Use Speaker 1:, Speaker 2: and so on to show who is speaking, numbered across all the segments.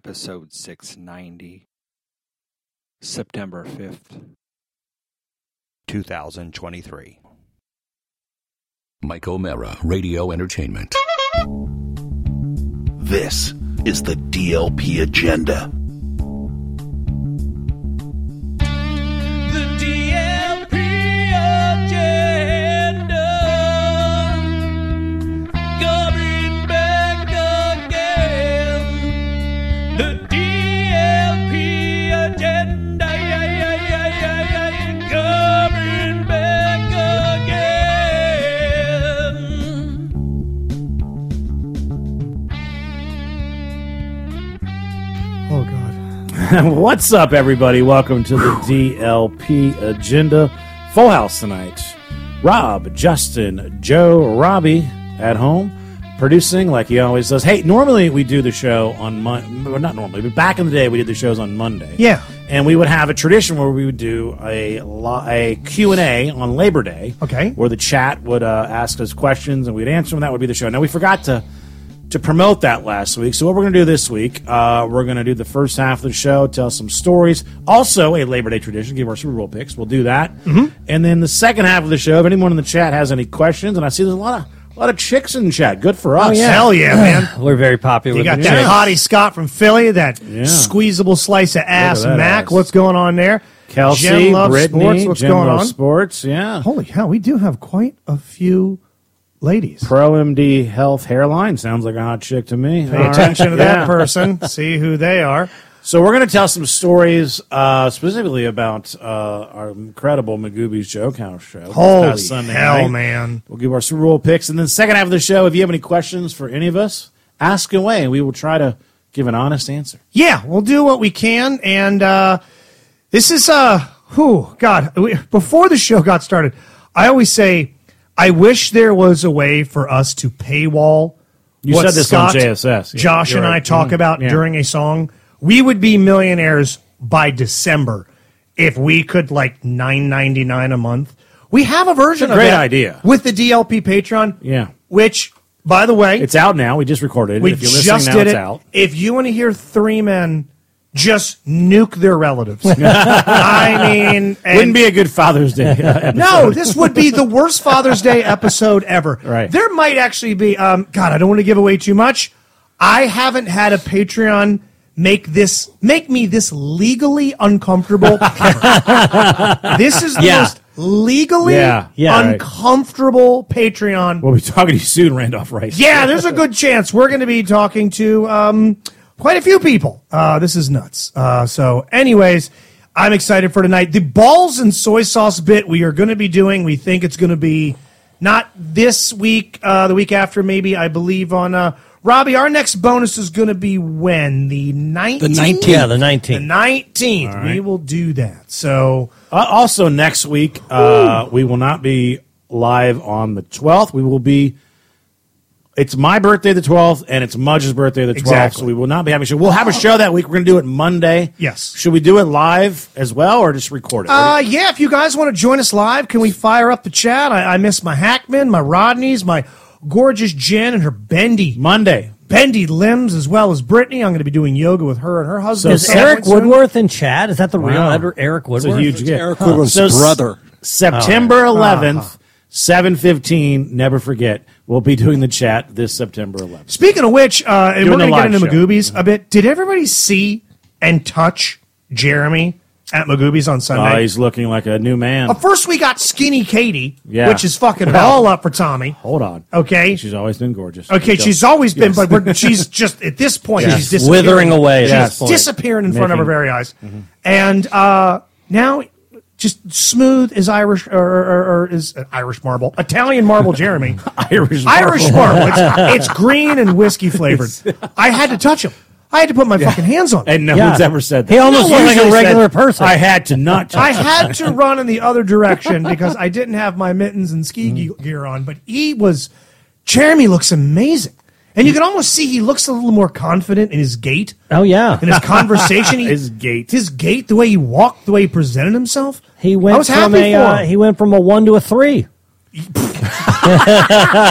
Speaker 1: Episode six ninety September fifth, two thousand twenty three.
Speaker 2: Mike O'Mara, Radio Entertainment.
Speaker 3: This is the DLP Agenda.
Speaker 4: The DLP agenda coming back again. The DLP agenda yeah, yeah, yeah, yeah, yeah, yeah, coming back again.
Speaker 5: Oh God!
Speaker 6: What's up, everybody? Welcome to the DLP Agenda. Full house tonight. Rob, Justin, Joe, Robbie at home producing like he always does. Hey, normally we do the show on Monday. Well, not normally, but back in the day we did the shows on Monday.
Speaker 5: Yeah.
Speaker 6: And we would have a tradition where we would do a, lo- a Q&A on Labor Day.
Speaker 5: Okay.
Speaker 6: Where the chat would uh, ask us questions and we'd answer them. That would be the show. Now, we forgot to to promote that last week. So what we're going to do this week, uh, we're going to do the first half of the show, tell some stories. Also, a Labor Day tradition, give our Super Bowl picks. We'll do that,
Speaker 5: Mm-hmm.
Speaker 6: and then the second half of the show. If anyone in the chat has any questions, and I see there's a lot of a lot of chicks in chat. Good for us.
Speaker 5: Hell Oh, yeah, man!
Speaker 7: We're very popular.
Speaker 5: You got
Speaker 7: with
Speaker 5: that
Speaker 7: the
Speaker 5: hottie Scott from Philly, that squeezable slice of ass,
Speaker 6: that
Speaker 5: Mac.
Speaker 6: ass.
Speaker 5: What's going on there?
Speaker 6: Kelsey,
Speaker 5: Jen Love
Speaker 6: Brittany,
Speaker 5: Sports. What's
Speaker 6: Jen
Speaker 5: going
Speaker 6: Love
Speaker 5: on?
Speaker 6: Sports, yeah.
Speaker 5: Holy hell, we do have quite a few ladies.
Speaker 6: Pro MD Health hairline sounds like a hot chick to me.
Speaker 5: Pay attention to that person. See who they are.
Speaker 6: So we're going to tell some stories uh, specifically about uh, our incredible Magoobies Joke House show. this
Speaker 5: Holy
Speaker 6: past Sunday
Speaker 5: hell,
Speaker 6: night.
Speaker 5: man!
Speaker 6: We'll give our Super Bowl picks, and then second half of the show, if you have any questions for any of us, ask away, and we will try to give an honest answer.
Speaker 5: Yeah, we'll do what we can, and uh, this is uh, who God. We, before the show got started, I always say, I wish there was a way for us to paywall.
Speaker 6: You
Speaker 5: what
Speaker 6: said this on
Speaker 5: Scott,
Speaker 6: JSS. Yeah,
Speaker 5: Josh
Speaker 6: you're
Speaker 5: and I
Speaker 6: right.
Speaker 5: talk
Speaker 6: Mhm.
Speaker 5: about
Speaker 6: Yeah.
Speaker 5: during a song. We would be millionaires by December if we could like nine ninety nine a month. We have a version of
Speaker 6: It's a great
Speaker 5: that
Speaker 6: idea.
Speaker 5: with the DLP Patreon.
Speaker 6: Yeah.
Speaker 5: which by the way,
Speaker 6: It's out now. We just recorded it.
Speaker 5: we
Speaker 6: if you're listening
Speaker 5: just
Speaker 6: now,
Speaker 5: did
Speaker 6: it's
Speaker 5: it.
Speaker 6: out.
Speaker 5: If you want to hear three men just nuke their relatives, I mean, and-
Speaker 6: Wouldn't be a good Father's Day.
Speaker 5: no, this would be the worst Father's Day episode ever.
Speaker 6: Right.
Speaker 5: There might actually be. Um, God, I don't want to give away too much. I haven't had a Patreon make this make me this legally uncomfortable. ever. this is the
Speaker 7: Yeah.
Speaker 5: most legally
Speaker 6: Yeah, yeah, right.
Speaker 5: uncomfortable Patreon.
Speaker 6: we'll be talking to you soon, Randolph Rice.
Speaker 5: Yeah, there's a good chance we're going to be talking to um, quite a few people. Uh, this is nuts. Uh, so, anyways, I'm excited for tonight. The balls and soy sauce bit we are going to be doing. We think it's going to be not this week, uh, the week after, maybe. I believe on uh, Robbie. Our next bonus is going to be when the 19th. The
Speaker 7: 19th. Yeah, the 19th.
Speaker 5: The 19th. We will do that. So,
Speaker 6: Uh, also, next week, uh, we will not be live on the 12th. We will be. It's my birthday the 12th, and it's Mudge's birthday the 12th.
Speaker 5: Exactly.
Speaker 6: So we will not be having a show. We'll have a show that week. We're going to do it Monday.
Speaker 5: Yes.
Speaker 6: Should we do it live as well or just record it?
Speaker 5: Uh, yeah, if you guys want to join us live, can we fire up the chat? I, I miss my Hackman, my Rodneys, my gorgeous Jen, and her bendy,
Speaker 6: Monday.
Speaker 5: bendy limbs, as well as Brittany. I'm going to be doing yoga with her and her husband.
Speaker 7: Is Eric Woodworth in chat? Is that the real
Speaker 6: Wow.
Speaker 7: Ed- Eric
Speaker 6: It's
Speaker 7: Woodworth?
Speaker 6: a huge gift.
Speaker 1: Eric Woodward's
Speaker 6: So s-
Speaker 1: brother.
Speaker 6: September
Speaker 5: Oh, Uh-huh.
Speaker 6: 11th, 7.15, never forget, we'll be doing the chat this September 11th.
Speaker 5: Speaking of which, uh, and we're
Speaker 6: Doing
Speaker 5: going
Speaker 6: a
Speaker 5: to get
Speaker 6: live
Speaker 5: into
Speaker 6: show.
Speaker 5: Magoobies a bit. Did everybody see and touch Jeremy at Magoobies on
Speaker 6: Uh,
Speaker 5: Sunday?
Speaker 6: he's looking like a new man.
Speaker 5: Uh, First, we got Skinny Katie,
Speaker 6: Yeah.
Speaker 5: which is fucking it
Speaker 6: Well-
Speaker 5: all up for Tommy.
Speaker 6: Hold on.
Speaker 5: Okay.
Speaker 6: She's always been gorgeous.
Speaker 5: Okay,
Speaker 6: Go.
Speaker 5: she's always been, but we're, she's just at this point, she's disappearing.
Speaker 7: Withering away. at
Speaker 5: She's
Speaker 7: this point. Mm-hmm.
Speaker 5: disappearing in front of
Speaker 6: Making-
Speaker 5: our very eyes. And uh, now, just smooth as Irish, or, or, or is uh, Irish marble, Italian marble, Jeremy.
Speaker 6: Irish.
Speaker 5: Irish
Speaker 6: marble.
Speaker 5: marble. It's, it's green and whiskey flavored. I had to touch him. I had to put my fucking hands on him.
Speaker 6: And no
Speaker 7: Yeah.
Speaker 6: one's ever said that.
Speaker 7: He almost
Speaker 5: No,
Speaker 7: looks like a
Speaker 5: usually
Speaker 7: regular person.
Speaker 6: I had to not
Speaker 5: I
Speaker 6: touch.
Speaker 5: had to run in the other direction because I didn't have my mittens and ski
Speaker 6: Mm-hmm.
Speaker 5: ge- gear on. But he was, Jeremy looks amazing. And you can almost see he looks a little more confident in his gait.
Speaker 7: oh yeah.
Speaker 5: in his conversation, he-
Speaker 6: His gait.
Speaker 5: his gait, the way he walked, the way he presented himself.
Speaker 7: He
Speaker 5: I
Speaker 7: went
Speaker 5: was
Speaker 7: from
Speaker 5: happy
Speaker 7: a
Speaker 5: for
Speaker 7: uh,
Speaker 5: him.
Speaker 7: he went from a one to a three.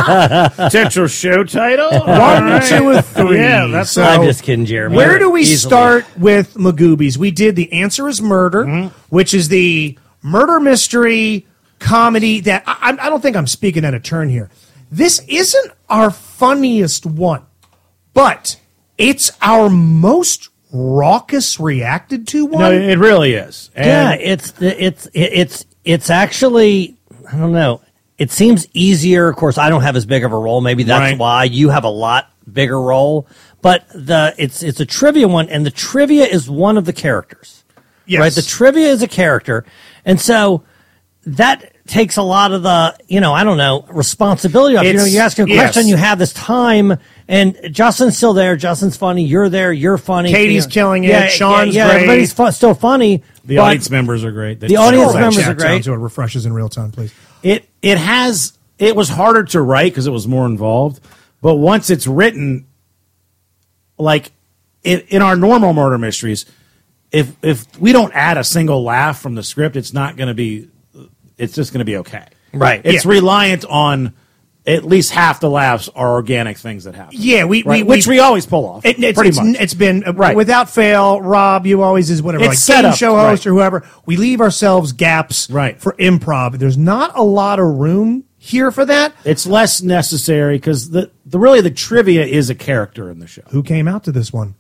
Speaker 6: Potential show title?
Speaker 5: One, two, and three.
Speaker 6: Yeah, that's
Speaker 5: So-
Speaker 7: I'm just kidding, Jeremy.
Speaker 5: Where do we
Speaker 7: Easily.
Speaker 5: start with Magoobies? We did The Answer is Murder,
Speaker 6: Mm-hmm.
Speaker 5: which is the murder mystery comedy that I, I- I don't think I'm speaking out of turn here. This isn't our funniest one, but it's our most raucous reacted to one.
Speaker 6: No, it really is. And
Speaker 7: Yeah, it's it's it's it's actually I don't know. It seems easier. Of course, I don't have as big of a role. Maybe that's
Speaker 6: Right.
Speaker 7: why you have a lot bigger role. But the it's it's a trivia one, and the trivia is one of the characters.
Speaker 5: Yes.
Speaker 7: Right. The trivia is a character, and so that takes a lot of the you know I don't know responsibility. Off. You know,
Speaker 5: It's-
Speaker 7: you ask a
Speaker 5: yes.
Speaker 7: question, you have this time, and Justin's still there. Justin's funny. You're there. You're funny.
Speaker 5: Katie's
Speaker 7: You know,
Speaker 5: killing it,
Speaker 7: Yeah,
Speaker 5: Sean's
Speaker 7: yeah, yeah,
Speaker 5: great.
Speaker 7: Everybody's fu- still funny.
Speaker 6: the
Speaker 7: but-
Speaker 6: audience members are great. They-
Speaker 7: The audience
Speaker 5: Scroll that
Speaker 7: members
Speaker 5: chat
Speaker 7: are
Speaker 5: down
Speaker 7: great.
Speaker 5: To it refreshes in real time, please.
Speaker 6: it it has it was harder to write because it was more involved but once it's written like in, in our normal murder mysteries if if we don't add a single laugh from the script it's not going to be it's just going to be okay
Speaker 7: Right.
Speaker 6: it's
Speaker 5: Yeah.
Speaker 6: reliant on at least half the laughs are organic things that happen
Speaker 5: Yeah, we- we-
Speaker 6: Right? which
Speaker 5: we-
Speaker 6: we always pull off
Speaker 5: It, it's,
Speaker 6: pretty
Speaker 5: it's-
Speaker 6: much
Speaker 5: it's been uh,
Speaker 6: Right.
Speaker 5: without fail. Rob, you always is whatever,
Speaker 6: It's
Speaker 5: like
Speaker 6: set
Speaker 5: game
Speaker 6: up,
Speaker 5: show host
Speaker 6: right.
Speaker 5: or whoever. We leave ourselves gaps
Speaker 6: Right.
Speaker 5: for improv. There's not a lot of room here for that.
Speaker 6: it's less necessary because the, the really the trivia is a character in the show
Speaker 5: Who came out to this one?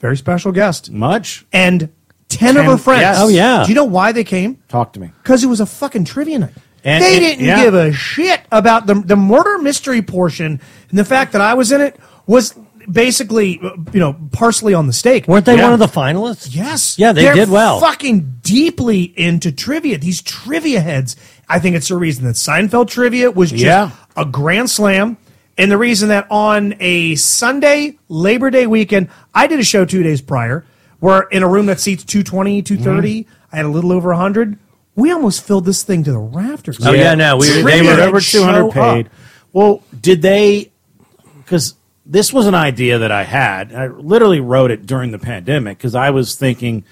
Speaker 5: Very special guest
Speaker 6: much
Speaker 5: and ten, of
Speaker 6: Ten-
Speaker 5: her friends.
Speaker 6: yes. Oh,
Speaker 7: yeah.
Speaker 5: Do you know why they came?
Speaker 6: talk to me
Speaker 5: Because it was a fucking trivia night.
Speaker 6: And-
Speaker 5: they
Speaker 6: and-
Speaker 5: didn't
Speaker 6: yeah.
Speaker 5: give a shit about the the murder mystery portion, and the fact that I was in it was basically, uh, you know, parsley on the steak.
Speaker 7: Weren't they
Speaker 6: Yeah.
Speaker 7: one of the finalists?
Speaker 5: Yes.
Speaker 7: Yeah, they
Speaker 5: They're
Speaker 7: did well.
Speaker 5: Fucking deeply into trivia. These trivia heads. I think it's the reason that Seinfeld trivia was just
Speaker 6: Yeah.
Speaker 5: a grand slam. And the reason that on a Sunday, Labor Day weekend, I did a show two days prior where in a room that seats 220, 230,
Speaker 7: Mm-hmm.
Speaker 5: I had a little over 100. We almost filled this thing to the rafters.
Speaker 7: Oh, yeah, no, we- they
Speaker 5: Trivia
Speaker 7: were-
Speaker 5: heads
Speaker 6: over two
Speaker 5: show
Speaker 6: hundred
Speaker 5: up.
Speaker 6: paid. Well, did they? Because this was an idea that I had. I literally wrote it during the pandemic because I was thinking,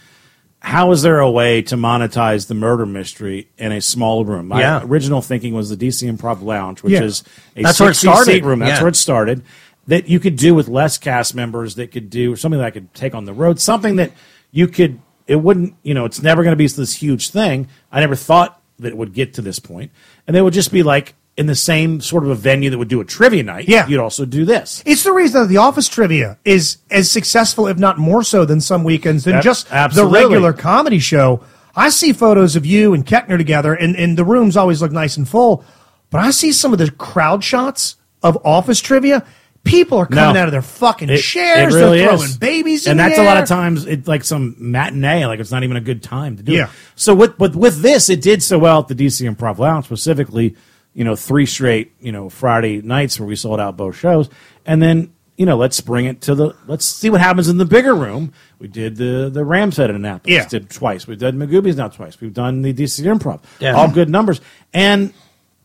Speaker 6: how is there a way to monetize the murder mystery in a small room? My
Speaker 7: Yeah.
Speaker 6: original thinking was the DC Improv Lounge, which
Speaker 5: Yeah.
Speaker 6: is a
Speaker 7: That's where it
Speaker 6: 60 seat
Speaker 7: started.
Speaker 6: room. That's
Speaker 7: Yeah.
Speaker 6: where it started. That you could do with less cast members. That could do something that I could take on the road. Something that you could. It wouldn't. You know, it's never going to be this huge thing. I never thought that it would get to this point. And they would just be like in the same sort of a venue that would do a trivia night.
Speaker 5: Yeah.
Speaker 6: you'd also do this.
Speaker 5: It's the reason that the office trivia is as successful, if not more so, than some weekends than
Speaker 6: Ab-
Speaker 5: just
Speaker 6: absolutely.
Speaker 5: the regular comedy show. I see photos of you and Kettner together, and, and the rooms always look nice and full. But I see some of the crowd shots of office trivia. People are coming
Speaker 6: No.
Speaker 5: out of their fucking
Speaker 6: It-
Speaker 5: chairs.
Speaker 6: it really
Speaker 5: They're throwing
Speaker 6: is.
Speaker 5: babies, in
Speaker 6: and
Speaker 5: the
Speaker 6: that's a lot of
Speaker 5: air.
Speaker 6: times it's like some matinee, like it's not even a good time to do.
Speaker 5: Yeah.
Speaker 6: It. So with but with this, it did so well at the DC Improv Lounge specifically. You know, three straight you know Friday nights where we sold out both shows, and then you know let's bring it to the let's see what happens in the bigger room. We did the the Rams head in Annapolis.
Speaker 5: Yeah.
Speaker 6: Did twice. We've done Magoobies now twice. We've done the DC Improv.
Speaker 7: Yeah.
Speaker 6: All good numbers. And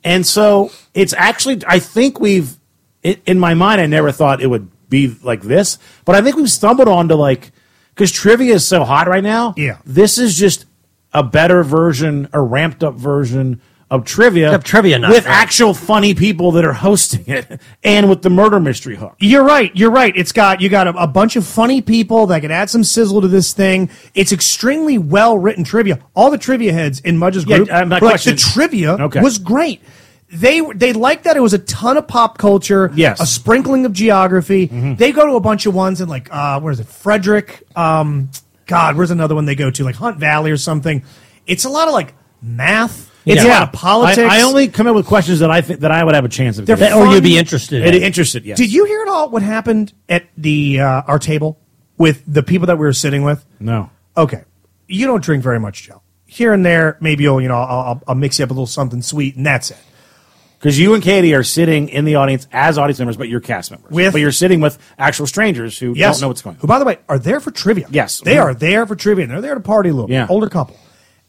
Speaker 6: and so it's actually I think we've it, in my mind I never thought it would be like this, but I think we've stumbled onto like because trivia is so hot right now.
Speaker 5: Yeah.
Speaker 6: This is just a better version, a ramped up version of trivia.
Speaker 7: Of trivia night,
Speaker 6: with
Speaker 7: right.
Speaker 6: actual funny people that are hosting it and with the murder mystery hook.
Speaker 5: You're right. You're right. It's got you got a, a bunch of funny people that can add some sizzle to this thing. It's extremely well written trivia. All the trivia heads in Mudge's
Speaker 6: Yeah,
Speaker 5: group,
Speaker 6: uh, my
Speaker 5: were like
Speaker 6: question-
Speaker 5: the trivia
Speaker 6: Okay.
Speaker 5: was great. They were- they liked that it was a ton of pop culture,
Speaker 6: Yes. Mm-hmm.
Speaker 5: a sprinkling of geography. They go to a bunch of ones and like uh, where is it? Frederick. Um, God, where's another one they go to? Like Hunt Valley or something. It's a lot of like math. It's a lot of politics.
Speaker 6: I, I only come up with questions that I think that I would have a chance of.
Speaker 5: They're
Speaker 6: getting.
Speaker 7: Or
Speaker 5: Fun.
Speaker 7: Oh, you'd be interested.
Speaker 6: It-
Speaker 7: in it.
Speaker 6: interested. Yes.
Speaker 5: Did you hear at all what happened at the uh, our table with the people that we were sitting with?
Speaker 6: No.
Speaker 5: Okay, you don't drink very much, Joe. Here and there, maybe you'll you know I'll, I'll, I'll mix you up a little something sweet, and that's it.
Speaker 6: Because you and Katie are sitting in the audience as audience members, but you're cast members.
Speaker 5: With-
Speaker 6: but you're sitting with actual strangers who
Speaker 5: Yes,
Speaker 6: don't know what's going
Speaker 5: Who,
Speaker 6: on.
Speaker 5: by the way, are there for trivia?
Speaker 6: Yes.
Speaker 5: they are there for trivia. and They're there to party a little. bit.
Speaker 6: Yeah.
Speaker 5: older couple,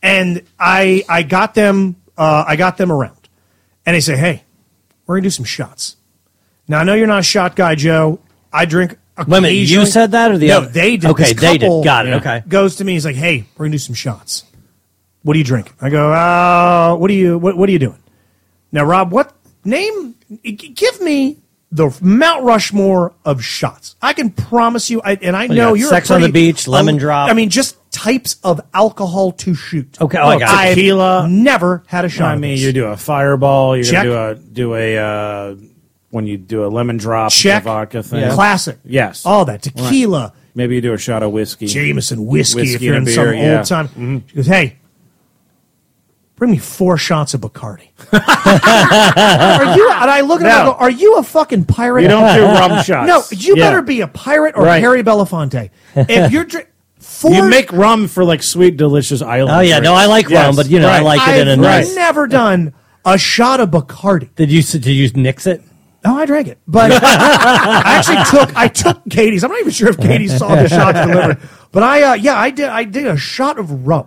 Speaker 5: and I I got them uh, I got them around, and they say, hey, we're gonna do some shots. Now I know you're not a shot guy, Joe. I drink.
Speaker 7: Wait a minute, you
Speaker 5: occasionally-
Speaker 7: said that or the
Speaker 5: no,
Speaker 7: other?
Speaker 5: they did.
Speaker 7: Okay,
Speaker 5: This
Speaker 7: they did.
Speaker 5: couple-
Speaker 7: Got it. Okay.
Speaker 5: goes to me. He's like, "Hey, we're gonna do some shots. What are you drinking?" I go, "Uh, what are you? What, what are you doing?" Now, Rob, what Name, g- give me the Mount Rushmore of shots. I can promise you, I, and I
Speaker 7: you
Speaker 5: know
Speaker 7: got?
Speaker 5: you're a
Speaker 7: Sex on the
Speaker 5: pretty-
Speaker 7: Beach, Lemon
Speaker 5: I-
Speaker 7: Drop.
Speaker 5: I mean, just types of alcohol to shoot.
Speaker 7: Okay, oh, I got it.
Speaker 5: I've
Speaker 6: Tequila.
Speaker 5: Never had a shot.
Speaker 6: I
Speaker 5: of
Speaker 6: mean,
Speaker 5: this.
Speaker 6: you do a fireball. You're
Speaker 5: Check.
Speaker 6: gonna do a do a uh, when you do a lemon drop the
Speaker 5: check
Speaker 6: vodka thing.
Speaker 5: classic.
Speaker 6: Yes.
Speaker 5: all that tequila.
Speaker 6: Maybe you do a shot of whiskey.
Speaker 5: Jameson whiskey,
Speaker 6: Whiskey
Speaker 5: if you're in
Speaker 6: and a
Speaker 5: some
Speaker 6: beer, yeah.
Speaker 5: old time.
Speaker 7: Mm-hmm.
Speaker 5: She goes, hey, bring me four shots of Bacardi. are you, and I look at her and I
Speaker 6: No.
Speaker 5: go, are you a fucking pirate?
Speaker 6: You don't do rum shots.
Speaker 5: no, you
Speaker 6: Yeah.
Speaker 5: better be a pirate or
Speaker 6: Right.
Speaker 5: Harry Belafonte. If you're dri- four,
Speaker 6: You make rum for like sweet, delicious island.
Speaker 7: Oh yeah,
Speaker 6: drinks.
Speaker 7: no, I like
Speaker 6: Yes,
Speaker 7: rum, but you know, I
Speaker 6: right.
Speaker 7: like it in a
Speaker 5: I've
Speaker 7: nice.
Speaker 5: never done a shot of Bacardi.
Speaker 7: Did you did you nix it?
Speaker 5: No, I drank it, but I actually took I took Katie's. I'm not even sure if Katie saw the shots delivered, but I uh, yeah I did I did a shot of rum.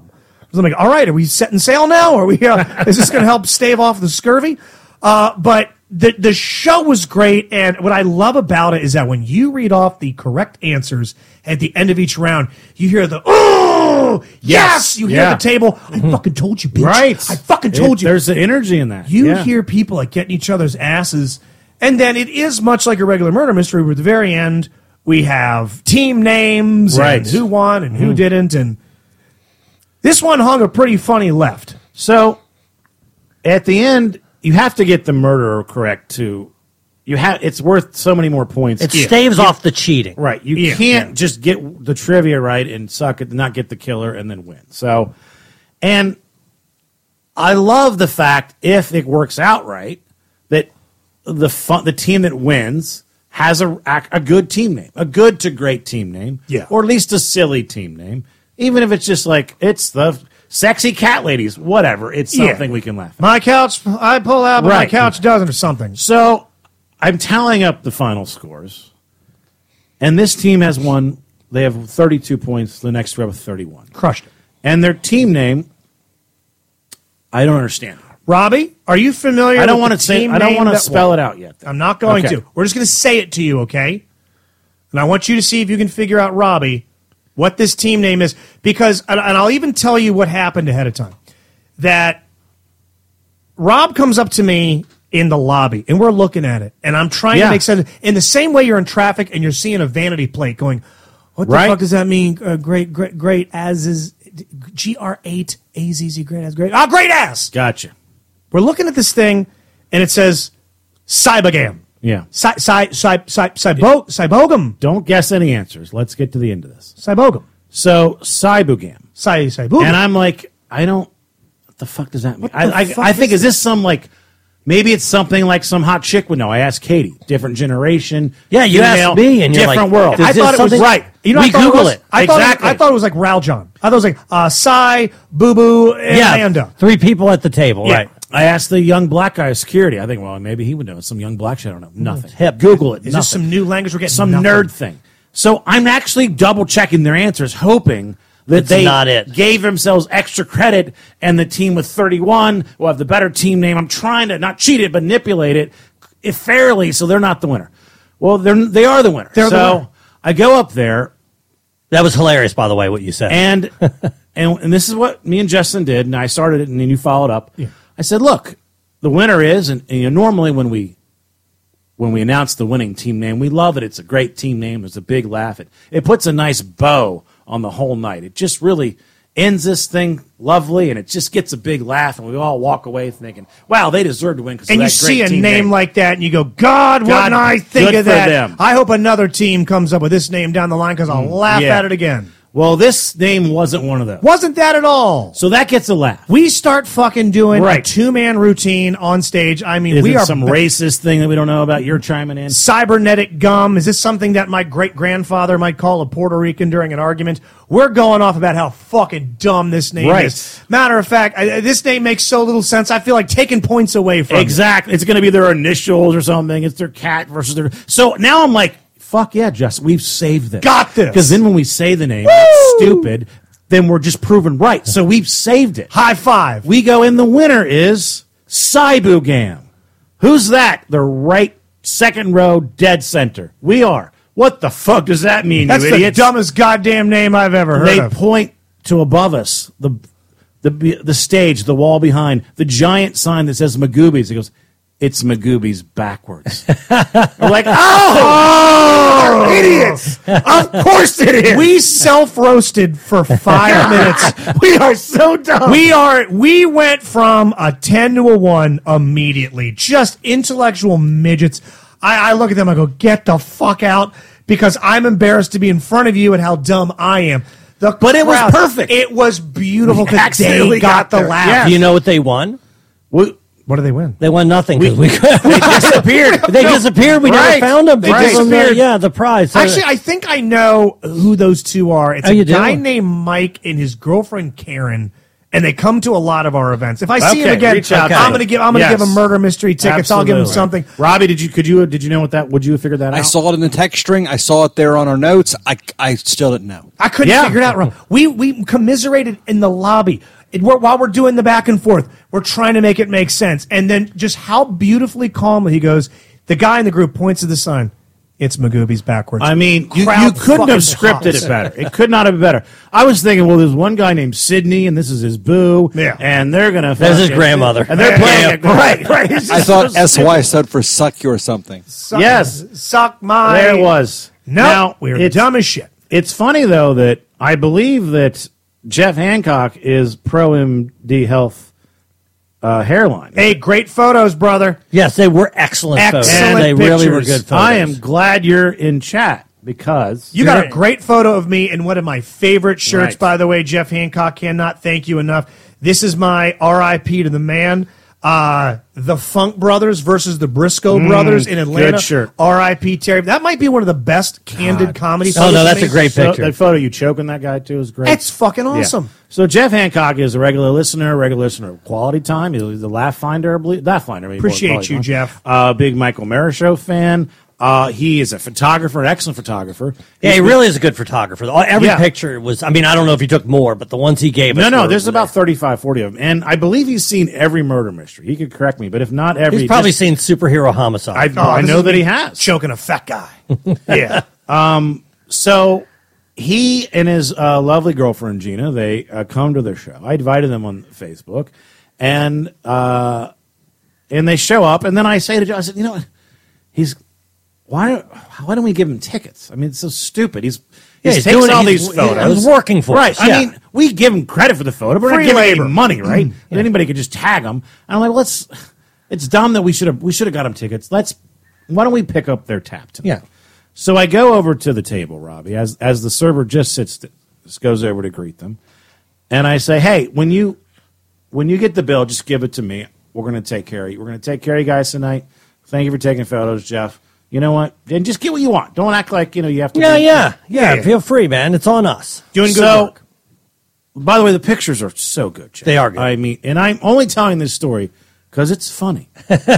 Speaker 5: 'Cause I'm like, all right, are we setting sail now? Are we? Uh, is this going to help stave off the scurvy? Uh, but the the show was great, and what I love about it is that when you read off the correct answers at the end of each round, you hear the oh yes, you hear
Speaker 6: Yeah. Mm-hmm.
Speaker 5: the table. I fucking told you, bitch.
Speaker 6: Right.
Speaker 5: I fucking told
Speaker 6: It-
Speaker 5: you.
Speaker 6: There's the energy in that.
Speaker 5: You
Speaker 6: Yeah.
Speaker 5: hear people like getting each other's asses, and then it is much like a regular murder mystery. Where at the very end we have team names and
Speaker 6: Right. Hmm.
Speaker 5: who won and who didn't, and this one hung a pretty funny left.
Speaker 6: So at the end, you have to get the murderer correct to you have it's worth so many more points.
Speaker 7: It staves off the cheating.
Speaker 6: Right. You
Speaker 5: Yeah.
Speaker 6: can't just get the trivia right and suck it, not get the killer and then win. So, and I love the fact if it works out right that the fun, the team that wins has a a a good team name, a good to great team name,
Speaker 5: Yeah.
Speaker 6: or at least a silly team name, even if it's just like it's the sexy cat ladies, whatever. It's
Speaker 5: Yeah.
Speaker 6: something we can laugh. at.
Speaker 5: My couch, I pull out, but my
Speaker 6: Right.
Speaker 5: couch doesn't, or something.
Speaker 6: So I'm tallying up the final scores, and this team has won. They have 32 points. The next rep with 31,
Speaker 5: Crushed it.
Speaker 6: and their team name. I don't understand.
Speaker 5: Robbie, are you familiar?
Speaker 6: I don't
Speaker 5: want
Speaker 6: want to say. I don't want to spell it out yet.
Speaker 5: I'm not going
Speaker 6: Okay.
Speaker 5: to. We're just going to say it to you, okay? And I want you to see if you can figure out, Robbie, what this team name is. Because, and and I'll even tell you what happened ahead of time. That Rob comes up to me in the lobby and we're looking at it. And I'm trying
Speaker 6: Yeah.
Speaker 5: to make sense. In the same way you're in traffic and you're seeing a vanity plate going, what the
Speaker 6: Right.
Speaker 5: fuck does that mean? Uh, great, great, great as is G R eight A Z Z great as great ah great ass.
Speaker 6: Gotcha.
Speaker 5: We're looking at this thing, and it says Cybogam.
Speaker 6: Yeah.
Speaker 5: Cy, cy, cy, cy, cybo, cybogam.
Speaker 6: Don't guess any answers. Let's get to the end of this.
Speaker 5: Cybogam.
Speaker 6: So Cybugam.
Speaker 5: Cy, cybogam.
Speaker 6: And I'm like, I don't. What the fuck does that mean? I,
Speaker 5: the
Speaker 6: I,
Speaker 5: fuck
Speaker 6: I think
Speaker 5: is
Speaker 6: is this some like. Maybe it's something like some hot chick would know. I asked Katie, different generation.
Speaker 7: Yeah, you asked
Speaker 6: female,
Speaker 7: me, and you're like,
Speaker 6: different world.
Speaker 7: does
Speaker 5: I
Speaker 7: this
Speaker 5: thought it was
Speaker 7: something-
Speaker 5: right. You know,
Speaker 7: We
Speaker 5: I thought it.
Speaker 7: Google
Speaker 5: Was,
Speaker 7: it.
Speaker 5: I thought
Speaker 6: Exactly.
Speaker 5: It, I thought it was like Raljon. I thought it was like uh, Cy, Boo Boo, and
Speaker 7: Yeah,
Speaker 5: Amanda.
Speaker 7: three people at the table. Right.
Speaker 6: I asked the young black guy at security. I think, well, maybe he would know. Some young black shit. I don't know. Nothing.
Speaker 7: hip.
Speaker 6: Google it.
Speaker 5: Is
Speaker 6: nothing.
Speaker 5: this some new language we're getting?
Speaker 6: some
Speaker 5: Nothing.
Speaker 6: nerd thing. So I'm actually double checking their answers, hoping that
Speaker 7: It's
Speaker 6: they
Speaker 7: not it.
Speaker 6: gave themselves extra credit, and the team with 31 will have the better team name. I'm trying to not cheat it, but manipulate it if fairly, so they're not the winner. Well, they're they are the winner.
Speaker 5: They're the
Speaker 6: so
Speaker 5: winner.
Speaker 6: I go up there
Speaker 7: That was hilarious, by the way, what you said.
Speaker 6: and and and this is what me and Justin did, and I started it, and then you followed up. I said, "Look, the winner is, and, and you know, normally when we when we announce the winning team name, we love it. It's a great team name. It's a big laugh. It it puts a nice bow on the whole night. It just really ends this thing lovely, and it just gets a big laugh, and we all walk away thinking, "Wow, they deserve to win." Cause of
Speaker 5: And you
Speaker 6: that great
Speaker 5: see a
Speaker 6: team
Speaker 5: name, like that, and you go, God, what
Speaker 6: God,
Speaker 5: did I think
Speaker 6: good
Speaker 5: of
Speaker 6: for
Speaker 5: that?
Speaker 6: them. Mm,
Speaker 5: I hope another team comes up with this name down the line because I'll laugh
Speaker 6: yeah.
Speaker 5: at it again.
Speaker 6: Well, this name wasn't one of those,
Speaker 5: Wasn't that at all?
Speaker 6: so that gets a laugh.
Speaker 5: we start fucking doing a
Speaker 6: Right.
Speaker 5: two man routine on stage. I mean,
Speaker 6: Is
Speaker 5: we
Speaker 6: it
Speaker 5: are
Speaker 6: some
Speaker 5: ba-
Speaker 6: racist thing that we don't know about? You're chiming in.
Speaker 5: cybernetic gum. Is this something that my great grandfather might call a Puerto Rican during an argument? We're going off about how fucking dumb this name
Speaker 6: Right.
Speaker 5: is. Matter of fact, I, I- this name makes so little sense. I feel like taking points away from. it.
Speaker 6: Exactly. It's going to be their initials or something. It's their cat versus their. So now I'm like, fuck yeah, Justin, we've saved this.
Speaker 5: Got this.
Speaker 6: Because then when we say the name, it's stupid, then we're just proven right. So we've saved it.
Speaker 5: High five.
Speaker 6: We go in, the winner is Cybugam. Who's that? The right second row, dead center. We are. What the fuck does that mean,
Speaker 5: That's
Speaker 6: you
Speaker 5: the
Speaker 6: idiots?
Speaker 5: dumbest goddamn name I've ever heard
Speaker 6: they
Speaker 5: of.
Speaker 6: point to above us the the the stage, the wall behind the giant sign that says Magoobies. He goes, it's Magoobies backwards. We're like, oh,
Speaker 5: Idiots!
Speaker 6: of course it is.
Speaker 5: We self roasted for five minutes.
Speaker 6: we are so dumb.
Speaker 5: We are we went from a ten to a one immediately. Just intellectual midgets. I, I look at them, I go, get the fuck out because I'm embarrassed to be in front of you and how dumb I am. The
Speaker 6: But it was
Speaker 5: crowd-
Speaker 6: perfect.
Speaker 5: It was beautiful
Speaker 6: We
Speaker 5: because they
Speaker 6: accidentally
Speaker 5: got,
Speaker 6: got
Speaker 5: the
Speaker 6: there.
Speaker 5: laugh.
Speaker 7: Do you know what they won?
Speaker 6: We-
Speaker 5: What do they win?
Speaker 7: They won nothing because we,
Speaker 6: disappeared.
Speaker 7: they disappeared. We
Speaker 6: Right.
Speaker 7: never found them. They
Speaker 5: Right.
Speaker 7: gave them the-
Speaker 5: Disappeared.
Speaker 7: yeah, the prize. So-
Speaker 5: Actually, I think I know who those two are. It's
Speaker 7: Oh,
Speaker 5: a
Speaker 7: you do?
Speaker 5: guy named Mike and his girlfriend Karen, and they come to a lot of our events. If I see him
Speaker 6: Okay,
Speaker 5: again,
Speaker 6: reach out to
Speaker 5: I'm
Speaker 6: him.
Speaker 5: going to give I'm going to
Speaker 6: Yes.
Speaker 5: give him murder mystery tickets. I'll give him
Speaker 6: Absolutely.
Speaker 5: something.
Speaker 6: Robbie, did you could you did you know what that? Would you have figured that out?
Speaker 1: I saw it in the text string. I saw it there on our notes. I, I still didn't know.
Speaker 5: I couldn't
Speaker 6: Yeah.
Speaker 5: figure it out. Wrong. We we commiserated in the lobby. It, we while we're doing the back and forth, we're trying to make it make sense. And then just how beautifully calmly he goes. The guy in the group points to the sign. It's Magoobies backwards.
Speaker 6: I mean, you, you
Speaker 5: Crowd
Speaker 6: couldn't have
Speaker 5: fucking
Speaker 6: scripted
Speaker 5: pops.
Speaker 6: it better. It could not have been better. I was thinking, well, there's one guy named Sydney, and this is his boo,
Speaker 5: Yeah.
Speaker 6: and they're gonna.
Speaker 7: There's his
Speaker 6: fucking-
Speaker 7: grandmother.
Speaker 6: and they're playing it right, right. It's
Speaker 1: I
Speaker 6: just
Speaker 1: thought
Speaker 6: so stupid.
Speaker 1: SY stood for suck you or something.
Speaker 5: Suck-
Speaker 6: yes.
Speaker 5: suck my.
Speaker 6: There it was.
Speaker 5: No,
Speaker 6: Now,
Speaker 5: we're
Speaker 6: it's-
Speaker 5: dumb as shit.
Speaker 6: It's funny though that I believe that Jeff Hancock is pro MD Health uh, hairline.
Speaker 5: Hey, great photos, brother.
Speaker 7: yes, they were excellent. photos.
Speaker 5: Excellent
Speaker 7: They really were
Speaker 5: pictures.
Speaker 7: good photos.
Speaker 6: I am glad you're in chat because
Speaker 5: You got a great photo of me in one of my favorite shirts,
Speaker 6: Right.
Speaker 5: by the way. Jeff Hancock cannot thank you enough. This is my RIP to the man. Uh, the Funk Brothers versus the Briscoe Brothers in Atlanta.
Speaker 6: Mm, shirt.
Speaker 5: RIP Terry. That might be one of the best candid comedy.
Speaker 7: Oh, no,
Speaker 5: photos
Speaker 7: that's
Speaker 5: to
Speaker 7: a
Speaker 5: me.
Speaker 7: great
Speaker 6: So
Speaker 7: picture.
Speaker 6: that photo you choking that guy too is great.
Speaker 5: It's fucking
Speaker 6: Yeah.
Speaker 5: awesome.
Speaker 6: So Jeff Hancock is a regular listener, a regular listener of Quality Time. He's the Laugh Finder, I believe. Laugh Finder. maybe more
Speaker 5: Appreciate
Speaker 6: Quality
Speaker 5: you,
Speaker 6: Time.
Speaker 5: Jeff.
Speaker 6: Uh, big Michael Mara show fan. Uh, he is a photographer, an excellent photographer.
Speaker 7: Yeah,
Speaker 6: He's
Speaker 7: he
Speaker 6: been-
Speaker 7: really is a good photographer. All- Every
Speaker 6: Yeah.
Speaker 7: picture was. I mean, I don't know if he took more, but the ones he gave
Speaker 6: No,
Speaker 7: us.
Speaker 6: no,
Speaker 7: were-
Speaker 6: there's about 35, 40 of them. And I believe he's seen every murder mystery. He could correct me, but if not every.
Speaker 7: He's probably
Speaker 6: just-
Speaker 7: seen superhero homicide.
Speaker 6: I,
Speaker 5: Oh,
Speaker 6: I
Speaker 5: this
Speaker 6: know
Speaker 5: is
Speaker 6: that
Speaker 5: me
Speaker 6: he has.
Speaker 5: Choking a fat guy. Yeah.
Speaker 6: So he and his uh, lovely girlfriend Gina, they uh, come to their show. I invited them on Facebook, and uh, and they show up. And then I say to John, I said, you know, what? he's why don't why don't we give him tickets? I mean, it's so stupid. He's
Speaker 7: Yeah,
Speaker 6: he's,
Speaker 7: he's
Speaker 6: taking
Speaker 7: doing-
Speaker 6: all
Speaker 7: he's-
Speaker 6: these
Speaker 7: he's-
Speaker 6: photos.
Speaker 7: he's working for
Speaker 6: right.
Speaker 7: us,
Speaker 6: I
Speaker 7: yeah.
Speaker 6: mean, we give him credit for the photo, but we're
Speaker 5: Free
Speaker 6: not giving
Speaker 5: labor.
Speaker 6: him money, right? And Anybody could just tag him. And I'm like, let's. It's dumb that we should have we should have got him tickets. Let's. Why don't we pick up their tap tonight?
Speaker 7: Yeah.
Speaker 6: So I go over to the table, Robbie, as as the server just sits, just goes over to greet them, and I say, "Hey, when you when you get the bill, just give it to me. We're going to take care of you. We're going to take care of you guys tonight. Thank you for taking photos, Jeff. You know what? And just get what you want. Don't act like you know you have to.
Speaker 7: yeah,
Speaker 6: be-
Speaker 7: yeah, yeah,
Speaker 5: Yeah.
Speaker 7: Feel free, man. It's on us.
Speaker 5: Doing good
Speaker 6: So-
Speaker 5: work.
Speaker 6: By the way, the pictures are so good. Jeff.
Speaker 7: They are good.
Speaker 6: I mean, and I'm only telling this story because it's funny,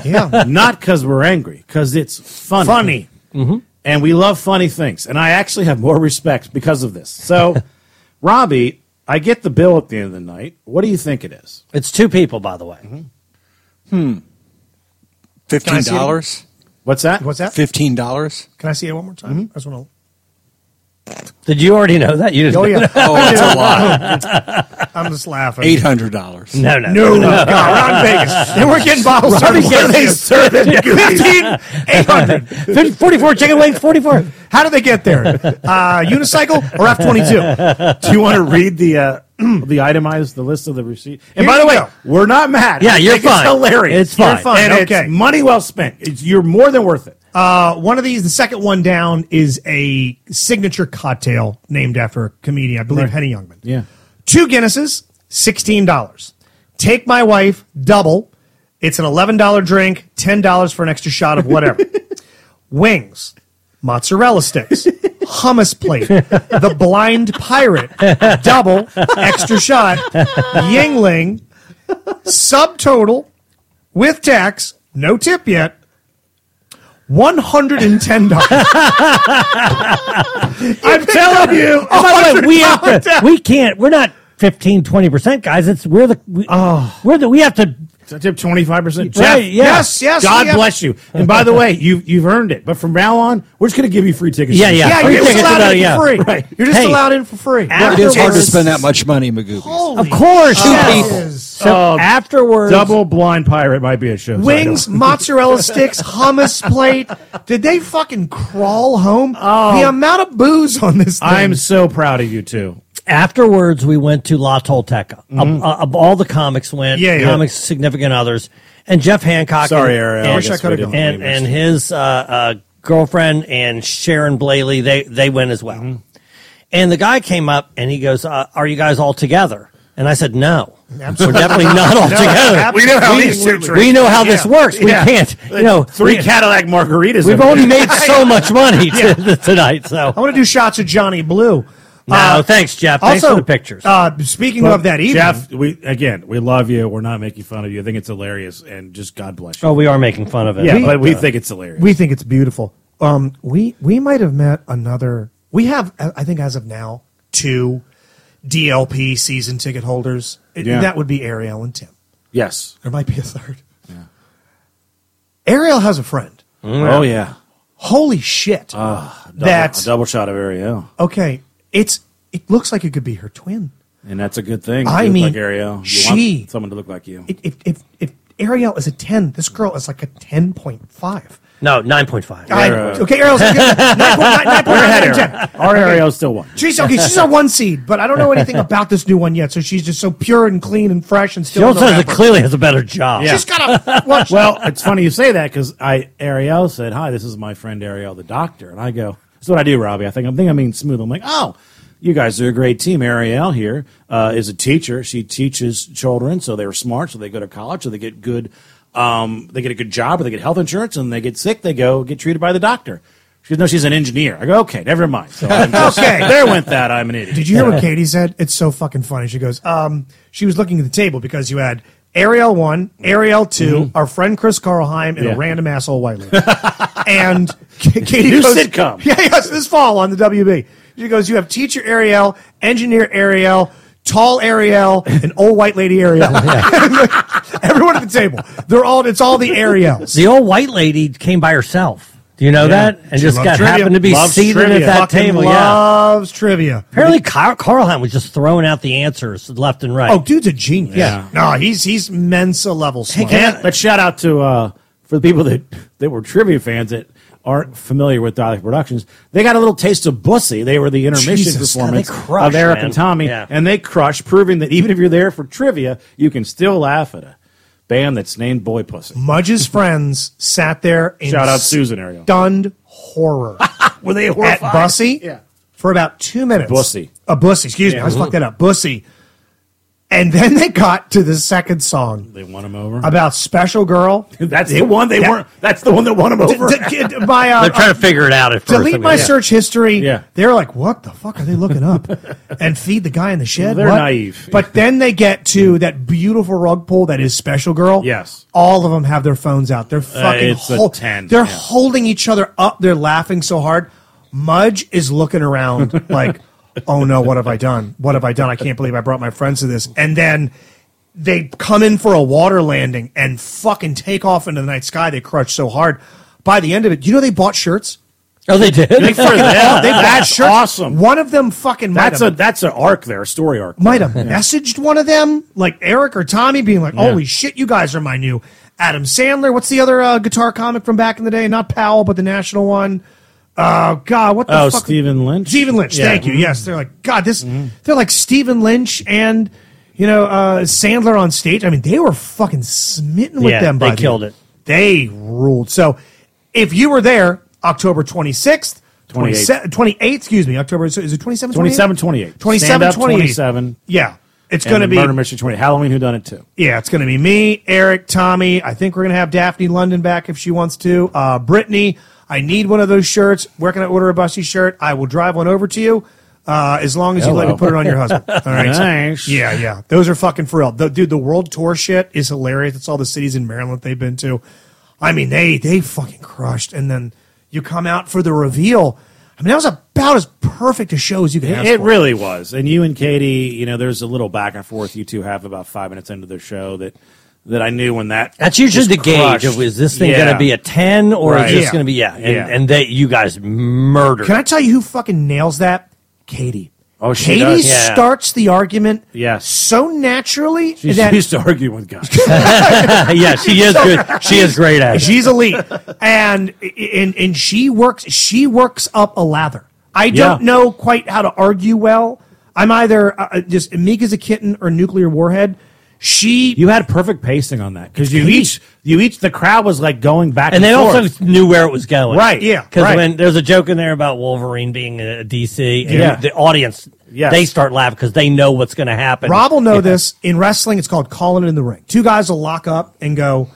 Speaker 5: Yeah.
Speaker 6: not because we're angry, because it's funny. Mm-hmm.
Speaker 5: Funny.
Speaker 6: and we love funny things. And I actually have more respect because of this. So, Robbie, I get the bill at the end of the night. What do you think it is?
Speaker 7: It's two people, by the way.
Speaker 5: I
Speaker 1: Fifteen
Speaker 5: see it?
Speaker 1: dollars.
Speaker 6: What's that?
Speaker 5: What's that?
Speaker 1: Fifteen dollars.
Speaker 5: Can I see it one more time? I just want
Speaker 7: Did you already know that?
Speaker 5: to.
Speaker 7: You
Speaker 5: Oh,
Speaker 7: didn't.
Speaker 5: yeah.
Speaker 1: Oh, that's a lot.
Speaker 5: I'm just laughing.
Speaker 1: Eight hundred dollars.
Speaker 7: No, no,
Speaker 5: No, God, we're not in Vegas. They were getting bottles. Robbie
Speaker 7: getting
Speaker 5: serving 15, 800.
Speaker 7: 44 chicken wings, 44.
Speaker 5: How do they get there? Uh, unicycle or F twenty two?
Speaker 6: Do you want to read the uh, the itemized the list of the receipt? And
Speaker 5: Here
Speaker 6: by the
Speaker 5: you
Speaker 6: way,
Speaker 5: go.
Speaker 6: we're not mad.
Speaker 7: Yeah,
Speaker 6: I
Speaker 7: you're
Speaker 6: think
Speaker 7: fine.
Speaker 6: It's hilarious.
Speaker 7: It's
Speaker 6: You're
Speaker 7: fine.
Speaker 6: And
Speaker 5: Okay.
Speaker 6: it's money well spent. It's, you're more than worth it.
Speaker 5: Uh, one of these, the second one down, is a signature cocktail named after a comedian, I believe Henny Youngman.
Speaker 6: Yeah.
Speaker 5: Two Guinnesses, sixteen dollars. Take my wife, double. It's an eleven dollar drink, ten dollars for an extra shot of whatever. Wings, mozzarella sticks, hummus plate, the blind pirate, double, extra shot, Yingling, subtotal with tax, no tip yet. One hundred and ten dollars. I'm telling you,
Speaker 7: And by the way, we have
Speaker 5: $100
Speaker 7: to, we can't, we're not 15, 20% guys. It's, we're the, we, we're the, we have to
Speaker 6: I tip twenty five percent.
Speaker 5: Right,
Speaker 6: Jeff,
Speaker 5: yes, yes,
Speaker 6: God
Speaker 5: we have-
Speaker 6: bless you. And by the way, you you've earned it. But from now on, we're just gonna give you free tickets.
Speaker 7: Yeah, yeah.
Speaker 5: Yeah,
Speaker 7: Free
Speaker 5: you're just
Speaker 7: tickets
Speaker 5: allowed
Speaker 7: without-
Speaker 5: in for
Speaker 7: yeah,
Speaker 5: free.
Speaker 6: right.
Speaker 5: You're just
Speaker 7: Hey.
Speaker 5: allowed in for free.
Speaker 1: It is hard to
Speaker 7: Afterwards-
Speaker 1: spend that much money, Magoo.
Speaker 5: Holy
Speaker 7: Of course,
Speaker 1: Two
Speaker 7: yes.
Speaker 1: people.
Speaker 7: So
Speaker 6: Oh,
Speaker 7: afterwards,
Speaker 6: Double blind pirate might be a show.
Speaker 5: Wings, mozzarella sticks, hummus plate. Did they fucking crawl home?
Speaker 7: Oh.
Speaker 5: The amount of booze on this thing.
Speaker 6: I'm so proud of you too.
Speaker 7: afterwards we went to La Tolteca. Um, uh, of all the comics went,
Speaker 5: Yeah, yeah.
Speaker 7: comics, significant others, and Jeff Hancock.
Speaker 6: Sorry,
Speaker 7: and,
Speaker 6: Ariel. I
Speaker 7: And,
Speaker 6: wish I
Speaker 7: and-
Speaker 6: coulda gone.
Speaker 7: And, and his uh, uh, girlfriend and Sharon Blaley, they they went as well. And the guy came up and he goes, uh, "Are you guys all together?" And I said, "No, we're definitely not all together.
Speaker 5: We know how
Speaker 6: these two drink.
Speaker 7: We know how this works. We can't, you know,
Speaker 6: Three
Speaker 7: we-
Speaker 6: Cadillac margaritas.
Speaker 7: We've only made so much money to, tonight. So
Speaker 5: I want to do shots of Johnny Blue. Uh,
Speaker 7: no, thanks, Jeff. Thanks
Speaker 5: also,
Speaker 7: for the pictures.
Speaker 5: Uh, speaking of that evening,
Speaker 6: Jeff, we again, we love you. We're not making fun of you. I think it's hilarious, and just God bless you.
Speaker 7: oh, we are making fun of it.
Speaker 6: yeah,
Speaker 7: We-
Speaker 6: but we think it's hilarious.
Speaker 5: we think it's beautiful. Um, we we might have met another. We have, I I think, as of now, two DLP season ticket holders. It-
Speaker 6: Yeah.
Speaker 5: That would be Ariel and Tim.
Speaker 6: yes.
Speaker 5: There might be a third. Ariel has a friend.
Speaker 6: Oh yeah.
Speaker 5: Holy shit!
Speaker 7: Uh.
Speaker 6: Double,
Speaker 5: That's-
Speaker 6: a double shot of Ariel,
Speaker 5: okay, it's it looks like it could be her twin.
Speaker 6: and that's a good thing.
Speaker 5: I
Speaker 6: You look
Speaker 5: mean,
Speaker 6: like Ariel. You
Speaker 5: she-
Speaker 6: want someone to look like you.
Speaker 5: It, if if if Ariel is a ten, this girl is like a ten point five.
Speaker 7: no, nine point five.
Speaker 5: I, okay, Ariel's a good- 9.9, 9.9, 10.
Speaker 6: Our Ariel still won.
Speaker 5: She's okay. She's a one seed, but I don't know anything about this new one yet. So she's just so pure and clean and fresh and still.
Speaker 7: She also
Speaker 5: in
Speaker 7: has a,
Speaker 5: November.
Speaker 7: clearly has a better job.
Speaker 5: She's got a watch.
Speaker 6: Well, it's funny you say that because I Ariel said, "Hi, this is my friend Ariel, the doctor," and I go, "That's what I do, Robbie." I think I'm think I mean smooth. I'm like, "Oh, you guys are a great team." Ariel here uh, is a teacher. She teaches children, so they're smart, so they go to college, so they get good, um, they get a good job, or they get health insurance, and they get sick, they go get treated by the doctor. She goes, "No, she's an engineer." I go, "Okay, never mind." So I'm just,
Speaker 5: Okay.
Speaker 6: there went that. I'm an idiot.
Speaker 5: Did you hear what Katie said? It's so fucking funny. She goes, um, she was looking at the table because you had Ariel one, Ariel 2 our friend Chris Carlheim, and
Speaker 6: Mm-hmm. Yeah.
Speaker 5: a random asshole white lady. and K- Katie
Speaker 6: New
Speaker 5: goes,
Speaker 6: sitcom.
Speaker 5: Yeah, yes, this fall on the WB. She goes, you have teacher Ariel, engineer Ariel, tall Ariel, and old white lady Ariel. Everyone at the table, they're all. It's all the Ariels.
Speaker 7: The old white lady came by herself. Do you know that? And just
Speaker 5: loves
Speaker 7: got
Speaker 5: trivia.
Speaker 7: happened to be
Speaker 6: Loves
Speaker 7: seated
Speaker 6: trivia.
Speaker 7: at that
Speaker 5: Fucking
Speaker 7: table. yeah.
Speaker 5: loves trivia.
Speaker 7: Apparently, Carl Carlheim was just throwing out the answers left and right.
Speaker 5: Oh, dude's a genius.
Speaker 6: Yeah.
Speaker 5: No, he's he's Mensa level smart.
Speaker 6: And, but shout out to uh, for the people that that were trivia fans that aren't familiar with Dalek Productions. They got a little taste of Bussy. They were the intermission
Speaker 5: Jesus, God,
Speaker 6: performance
Speaker 7: they crushed,
Speaker 6: of Eric
Speaker 7: man.
Speaker 6: and Tommy,
Speaker 7: Yeah.
Speaker 6: and they crushed, proving that even if you're there for trivia, you can still laugh at a band that's named Boy Pussy.
Speaker 5: Mudge's friends sat there in
Speaker 6: Shout out Susan Ariel.
Speaker 5: stunned horror
Speaker 6: Were they
Speaker 5: at
Speaker 6: horrified?
Speaker 5: Bussy for about two minutes.
Speaker 6: Bussy.
Speaker 5: A Bussy, excuse me. I just fucked that up. Bussy. And then they got to the second song
Speaker 6: They won him over.
Speaker 5: about Special Girl.
Speaker 6: that's the one they
Speaker 5: Yeah.
Speaker 6: weren't. That's the one that won him over.
Speaker 5: D- d- by, uh,
Speaker 7: They're trying to figure it out at first. I
Speaker 5: delete
Speaker 7: mean,
Speaker 5: my
Speaker 7: yeah.
Speaker 5: search history.
Speaker 6: Yeah.
Speaker 5: They're like, what the fuck are they looking up? and feed the guy in the shed.
Speaker 6: They're
Speaker 5: what?
Speaker 6: naive.
Speaker 5: But then they get to that beautiful rug pull that is Special Girl.
Speaker 6: Yes. Uh,
Speaker 5: All of them have their phones out. They're fucking
Speaker 6: it's a
Speaker 5: hol-
Speaker 6: 10,
Speaker 5: They're
Speaker 6: yeah.
Speaker 5: holding each other up. They're laughing so hard. Mudge is looking around like, oh no, what have I done? What have I done? I can't believe I brought my friends to this. And then they come in for a water landing and fucking take off into the night sky. They crush so hard. By the end of it, you know they bought shirts?
Speaker 7: Oh, they did.
Speaker 6: Good for
Speaker 5: they
Speaker 6: them.
Speaker 5: bought
Speaker 6: that's
Speaker 5: shirts.
Speaker 6: awesome.
Speaker 5: One of them fucking might
Speaker 6: That's a
Speaker 5: have,
Speaker 6: that's an arc there, a story arc.
Speaker 5: might have messaged one of them, like Eric or Tommy, being like, "Holy shit, you guys are my new Adam Sandler." What's the other uh, guitar comic from back in the day? Not Powell, but the national one. Oh God, what the
Speaker 6: Oh,
Speaker 5: fuck?
Speaker 6: Stephen Lynch?
Speaker 5: Stephen Lynch.
Speaker 6: Yeah. Mm-hmm.
Speaker 5: Thank you. Yes, they're like God. This they're like Stephen Lynch and you know uh, Sandler on stage. I mean, they were fucking smitten with
Speaker 7: Yeah,
Speaker 5: them.
Speaker 7: they
Speaker 5: by the-
Speaker 7: killed it.
Speaker 5: They ruled. So if you were there, October twenty sixth.
Speaker 6: 28th.
Speaker 5: 28th, excuse me, October, so is it 27th?
Speaker 6: 27, 28.
Speaker 5: 27,
Speaker 6: Stand up, 27.
Speaker 5: Yeah. It's
Speaker 6: And
Speaker 5: going to be
Speaker 6: Murder Mystery Twenty Halloween. Who done it too?
Speaker 5: yeah, it's going to be me, Eric, Tommy. I think we're going to have Daphne London back if she wants to. Uh, Brittany, I need one of those shirts. Where can I order a Bussy shirt? I will drive one over to you uh, as long as you let me
Speaker 6: Hello.
Speaker 5: put it on your husband. All right. so-
Speaker 6: Nice.
Speaker 5: yeah, yeah. Those are fucking for real. The, dude, the world tour shit is hilarious. It's all the cities in Maryland they've been to. I mean, they they fucking crushed. And then you come out for the reveal. I mean, that was about as perfect a show as you could ask
Speaker 6: It, it
Speaker 5: for.
Speaker 6: really was. And you and Katie, you know, there's a little back and forth you two have about five minutes into the show that that I knew when that
Speaker 7: That's usually
Speaker 6: just
Speaker 7: the gauge
Speaker 6: crushed.
Speaker 7: of is this thing
Speaker 6: Yeah.
Speaker 7: going to be a 10 or
Speaker 6: Right.
Speaker 7: is this
Speaker 5: Yeah.
Speaker 7: going to be, yeah. And,
Speaker 6: Yeah.
Speaker 7: and they, you guys murdered.
Speaker 5: Can I tell you who fucking nails that? Katie.
Speaker 6: Oh, she
Speaker 5: Katie
Speaker 6: does.
Speaker 7: Yeah.
Speaker 5: starts the argument
Speaker 6: Yes.
Speaker 5: so naturally
Speaker 6: She
Speaker 5: that
Speaker 6: used to argue with guys.
Speaker 7: yeah, she is good. She is great at it.
Speaker 5: she's elite, and and and she works she works up a lather. I don't
Speaker 6: Yeah.
Speaker 5: know quite how to argue well. I'm either uh, uh, just meek as a kitten or nuclear warhead. She
Speaker 6: You had perfect pacing on that because you each you each the crowd was like going back and,
Speaker 7: And they
Speaker 6: forth.
Speaker 7: also knew where it was going.
Speaker 6: Right, yeah,
Speaker 7: Because
Speaker 6: right.
Speaker 7: when there's a joke in there about Wolverine being a DC, and
Speaker 6: Yeah.
Speaker 7: the audience,
Speaker 6: Yes.
Speaker 7: they start laughing because they know what's going to happen.
Speaker 5: Rob will know
Speaker 7: Yeah.
Speaker 5: this. In wrestling, it's called calling it in the ring. Two guys will lock up and go,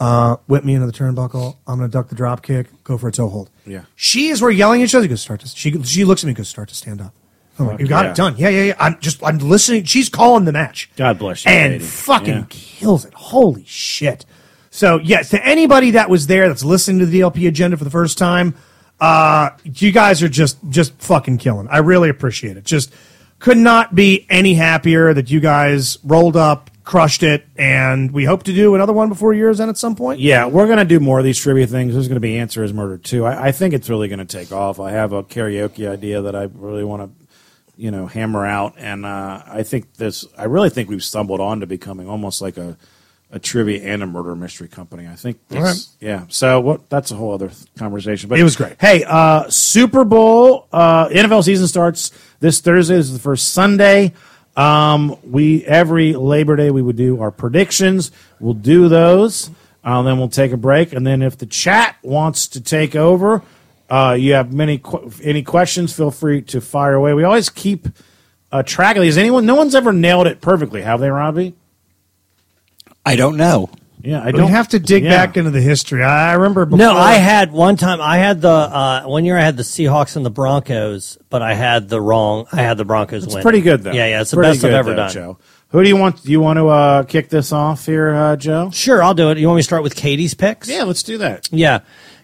Speaker 5: uh, whip me into the turnbuckle. I'm going to duck the drop kick, go for a toe hold.
Speaker 6: Yeah.
Speaker 5: She is, we're yelling at each other. She goes, start to, she, she looks at me, and goes, start to stand up. I'm like, you got
Speaker 6: yeah.
Speaker 5: it done. Yeah, yeah, yeah. I'm just, I'm listening. She's calling the match.
Speaker 6: God bless you,
Speaker 5: And
Speaker 6: lady.
Speaker 5: fucking
Speaker 6: Yeah.
Speaker 5: kills it. Holy shit. So, yes, to anybody that was there that's listening to the DLP agenda for the first time, uh, you guys are just just fucking killing. I really appreciate it. Just could not be any happier that you guys rolled up, crushed it, and we hope to do another one before year's end at some point.
Speaker 6: Yeah, we're gonna do more of these trivia things. There's gonna be Answer Is Murder too. I, I think it's really gonna take off. I have a karaoke idea that I really want to, you know, hammer out, and uh, I think this. I really think we've stumbled on to becoming almost like a, a trivia and a murder mystery company. I think. That's, Yeah. So what? That's a whole other th- conversation. But
Speaker 5: It was great.
Speaker 6: Hey, uh, Super Bowl uh, NFL season starts this Thursday. This is the first Sunday. Um, we every Labor Day we would do our predictions. We'll do those. Uh, then we'll take a break, and then if the chat wants to take over, uh, you have many qu- any questions, feel free to fire away. We always keep uh, track of these. Anyone? No one's ever nailed it perfectly, have they, Robbie?
Speaker 1: I don't know.
Speaker 6: Yeah, I
Speaker 5: We
Speaker 6: don't
Speaker 5: have to dig
Speaker 6: yeah.
Speaker 5: back into the history. I remember. Before,
Speaker 6: uh,
Speaker 7: No, I had one time. I had the uh, one year. I had the Seahawks and the Broncos, but I had the wrong. I had the Broncos.
Speaker 6: It's
Speaker 7: win.
Speaker 6: pretty good though.
Speaker 7: Yeah, yeah, it's the
Speaker 6: Pretty
Speaker 7: best I've
Speaker 6: good,
Speaker 7: ever
Speaker 6: though,
Speaker 7: done.
Speaker 6: Joe. Who do you want? Do you want to uh, kick this off here, uh, Joe?
Speaker 7: Sure, I'll do it. You want me to start with Katie's picks?
Speaker 6: Yeah, let's do that.
Speaker 7: yeah.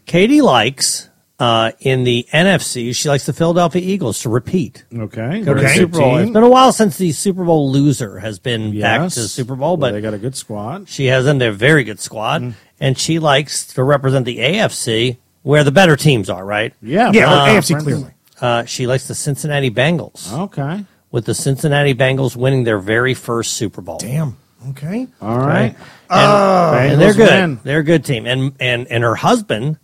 Speaker 7: Katie likes uh, in the NFC. She likes the Philadelphia Eagles to repeat.
Speaker 6: Okay.
Speaker 5: Okay.
Speaker 6: Super Bowl.
Speaker 7: It's been a while since the Super Bowl loser has been back
Speaker 6: Hmm. Yes.
Speaker 7: to the Super
Speaker 6: Well,
Speaker 7: Bowl, but
Speaker 6: they got a good squad.
Speaker 7: she has in there a very good squad,
Speaker 6: Mm-hmm.
Speaker 7: and she likes to represent the AFC where the better teams are. Right?
Speaker 6: Yeah.
Speaker 5: yeah,
Speaker 6: Brown
Speaker 5: AFC
Speaker 6: Conference.
Speaker 5: clearly.
Speaker 7: Uh, she likes the Cincinnati Bengals.
Speaker 6: Okay.
Speaker 7: with the Cincinnati Bengals winning their very first Super Bowl.
Speaker 5: Damn. Okay.
Speaker 6: All right.
Speaker 7: Uh, And,
Speaker 6: Oh, Bengals
Speaker 7: and they're good.
Speaker 6: win.
Speaker 7: They're a good team. And and and her husband,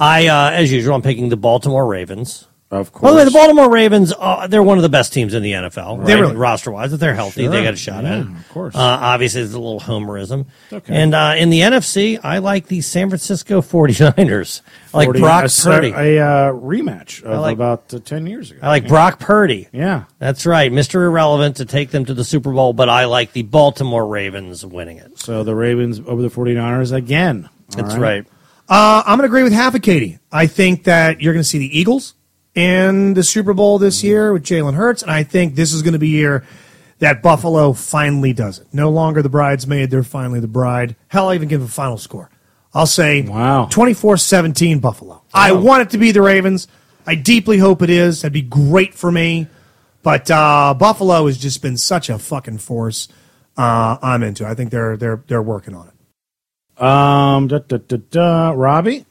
Speaker 7: I uh, as usual, I'm picking the Baltimore Ravens.
Speaker 6: Of course.
Speaker 7: By the way, the Baltimore Ravens, uh, they're one of the best teams in the NFL,
Speaker 5: They
Speaker 7: right?
Speaker 5: really-
Speaker 7: roster wise. If they're healthy,
Speaker 6: Sure.
Speaker 7: they got a shot
Speaker 6: Yeah,
Speaker 7: at it.
Speaker 6: of course.
Speaker 7: Uh, obviously, it's a little homerism.
Speaker 6: okay.
Speaker 7: And uh, in the NFC, I like the San Francisco 49ers. I like
Speaker 6: 40
Speaker 7: Brock
Speaker 6: a, cer-
Speaker 7: Purdy. I,
Speaker 6: A uh, rematch of
Speaker 7: like-
Speaker 6: about uh, ten years ago.
Speaker 7: like Brock Purdy.
Speaker 6: Yeah.
Speaker 7: That's right, Mr. Irrelevant to take them to the Super Bowl, but I like the Baltimore Ravens winning it.
Speaker 6: So the Ravens over the 49ers again. All
Speaker 7: That's right.
Speaker 5: Uh, I'm going to agree with half of Katie. I think that you're going to see the Eagles in the Super Bowl this year with Jalen Hurts, and I think this is going to be a year that Buffalo finally does it. No longer the bridesmaid; they're finally the bride. Hell, I even give a final score. I'll say
Speaker 6: Wow.
Speaker 5: 24-17 Buffalo. I want it to be the Ravens. I deeply hope it is. That'd be great for me. But uh, Buffalo has just been such a fucking force. Uh, I'm into. it. I think they're they're they're working on it.
Speaker 6: Um. Da, da, da, da. Robbie.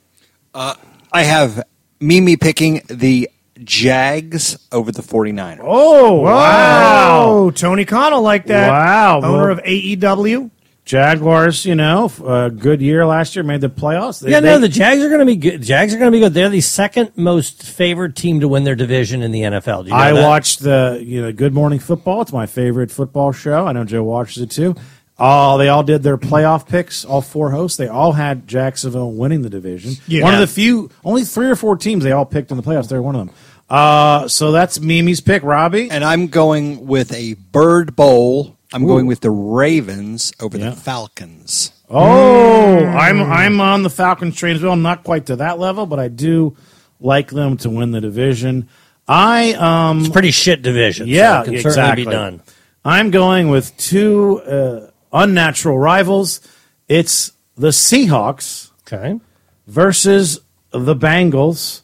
Speaker 1: I have Mimi picking the Jags over the 49ers.
Speaker 6: Oh wow.
Speaker 5: Oh, Tony Connell like that.
Speaker 6: Wow,
Speaker 5: Owner
Speaker 6: well-
Speaker 5: of E AEW.
Speaker 6: Jaguars, you know, f- a good year last year, made the playoffs. They-
Speaker 7: yeah, no,
Speaker 6: they-
Speaker 7: the Jags are going to be good. Jags are going to be good. They're the second most favored team to win their division in the NFL. Do you know
Speaker 6: I
Speaker 7: that?
Speaker 6: watched the you know Good Morning Football. It's my favorite football show. I know Joe watches it too. Oh, they all did their playoff picks. All four hosts. They all had Jacksonville winning the division.
Speaker 5: Yeah.
Speaker 6: One of the few, only three or four teams they all picked in the playoffs. They're one of them. Uh, so that's Mimi's pick, Robbie.
Speaker 1: And I'm going with a Bird Bowl. I'm going with the Ravens over
Speaker 6: Yeah.
Speaker 1: the Falcons.
Speaker 6: Oh,
Speaker 7: Mm.
Speaker 6: I'm I'm on the Falcons train as well. I'm not quite to that level, but I do like them to win the division. I um
Speaker 7: It's a pretty shit division.
Speaker 6: Yeah,
Speaker 7: so it can
Speaker 6: exactly.
Speaker 7: certainly be done.
Speaker 6: I'm going with two uh, unnatural rivals. It's the Seahawks
Speaker 7: Okay,
Speaker 6: versus the Bengals.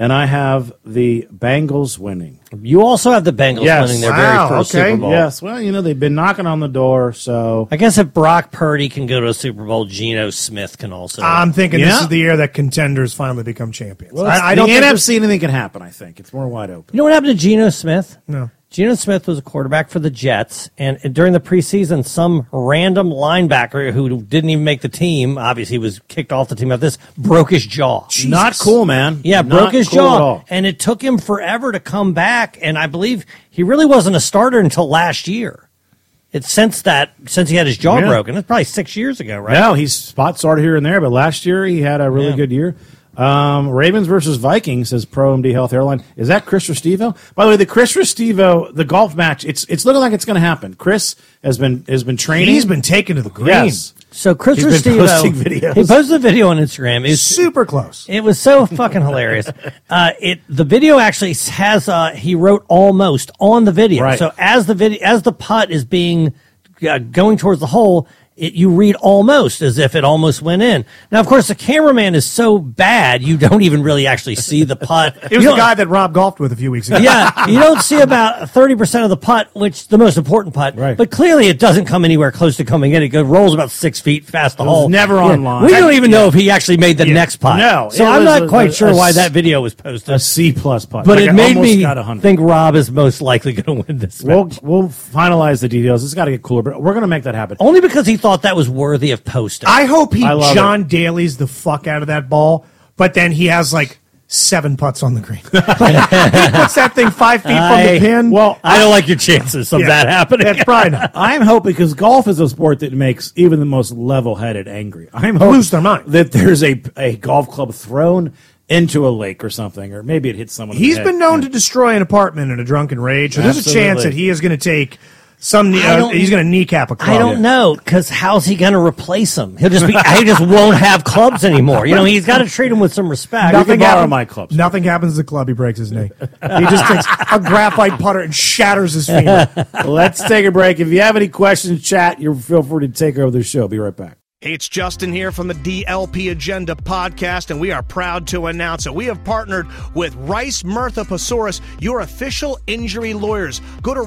Speaker 6: and I have the Bengals winning.
Speaker 7: You also have the Bengals
Speaker 6: Yes.
Speaker 7: winning their
Speaker 5: Wow,
Speaker 7: very first
Speaker 5: okay.
Speaker 7: Super Bowl.
Speaker 6: Yes, well, you know they've been knocking on the door, so
Speaker 7: I guess if Brock Purdy can go to a Super Bowl, Geno Smith can also.
Speaker 6: Um,
Speaker 5: I'm thinking this
Speaker 6: Yeah.
Speaker 5: is the year that contenders finally become champions.
Speaker 6: I,
Speaker 5: I, I
Speaker 6: don't
Speaker 5: don't
Speaker 6: the
Speaker 5: think
Speaker 6: NFC anything can happen. I think it's more wide open.
Speaker 7: you know what happened to Geno Smith?
Speaker 5: No.
Speaker 7: Geno Smith was a quarterback for the Jets, and during the preseason, some random linebacker who didn't even make the team, obviously was kicked off the team of this, broke his jaw.
Speaker 6: Not cool, man.
Speaker 7: Yeah,
Speaker 6: Not
Speaker 7: broke his
Speaker 6: cool at
Speaker 7: jaw,
Speaker 6: all.
Speaker 7: and it took him forever to come back. And I believe he really wasn't a starter until last year. It's since that since he had his jaw
Speaker 6: Yeah.
Speaker 7: broken. It's probably six years ago, right?
Speaker 6: No, he's spot started here and there, but last year he had a really
Speaker 7: Yeah.
Speaker 6: good year. Um, Ravens versus Vikings says Pro MD Health Airline. Is that Chris Restivo? By the way, the Chris Restivo, the golf match, it's it's looking like it's going to happen. Chris has been has been training.
Speaker 5: he's been taken to the green.
Speaker 6: yes.
Speaker 7: So Chris
Speaker 6: He's been
Speaker 7: Restivo,
Speaker 6: posting videos.
Speaker 7: he posted a video on Instagram. It was,
Speaker 5: Super close.
Speaker 7: it was so fucking hilarious. Uh, it the video actually has uh, he wrote almost on the video.
Speaker 6: Right.
Speaker 7: So as the video as the putt is being uh, going towards the hole, it, you read almost as if it almost went in. Now, of course, the cameraman is so bad you don't even really actually see the putt.
Speaker 5: It was the guy that Rob golfed with a few weeks ago.
Speaker 7: yeah, you don't see about thirty percent of the putt, which the most important putt.
Speaker 6: Right.
Speaker 7: But clearly, it doesn't come anywhere close to coming in. It goes rolls about six feet past the
Speaker 6: was
Speaker 7: hole.
Speaker 6: never on line.
Speaker 7: We don't even know if he actually made the next putt.
Speaker 6: No,
Speaker 7: so
Speaker 6: it
Speaker 7: I'm
Speaker 6: was
Speaker 7: not
Speaker 6: a-
Speaker 7: quite
Speaker 6: a-
Speaker 7: sure
Speaker 6: a
Speaker 7: why
Speaker 6: s-
Speaker 7: that video was posted.
Speaker 6: A C plus putt,
Speaker 7: but
Speaker 6: Like,
Speaker 7: it
Speaker 6: I
Speaker 7: made
Speaker 6: almost
Speaker 7: me
Speaker 6: got 100.
Speaker 7: think Rob is most likely going to win this. match.
Speaker 6: We'll we'll finalize the details. It's got to get cooler, but we're going to make that happen.
Speaker 7: Only because he thought that was worthy of posting.
Speaker 5: I hope he
Speaker 6: I love
Speaker 5: John Daly's the fuck out of that ball, but then he has like seven putts on the green. he puts that thing five feet from
Speaker 7: I-
Speaker 5: the pin.
Speaker 6: well,
Speaker 7: I don't like your chances of
Speaker 5: Yeah.
Speaker 7: that happening.
Speaker 5: that's probably not.
Speaker 6: I'm hoping because golf is a sport that makes even the most level-headed angry. I'm hoping
Speaker 5: Lose their mind.
Speaker 6: that there's a a golf club thrown into a lake or something, or maybe it hits someone. in the
Speaker 5: He's
Speaker 6: head.
Speaker 5: been known to destroy an apartment in a drunken rage. So there's
Speaker 6: Absolutely.
Speaker 5: a chance that he is going to take some.
Speaker 7: I
Speaker 5: Uh,
Speaker 7: don't-
Speaker 5: he's going to kneecap a club.
Speaker 7: I don't know because how's he going to replace him? He'll just be. he just won't have clubs anymore. You know, he's got to treat him with some respect.
Speaker 5: Nothing
Speaker 6: Nothing borrow
Speaker 5: happens.
Speaker 6: my clubs.
Speaker 5: Nothing happens to the club. He breaks his knee. he just takes a graphite putter and shatters his femur.
Speaker 6: Let's take a break. If you have any questions, chat. You feel free to take over the show. Be right back.
Speaker 8: Hey, it's Justin here from the DLP Agenda podcast, and we are proud to announce that we have partnered with Rice Mirtha Pasoris, your official injury lawyers. Go to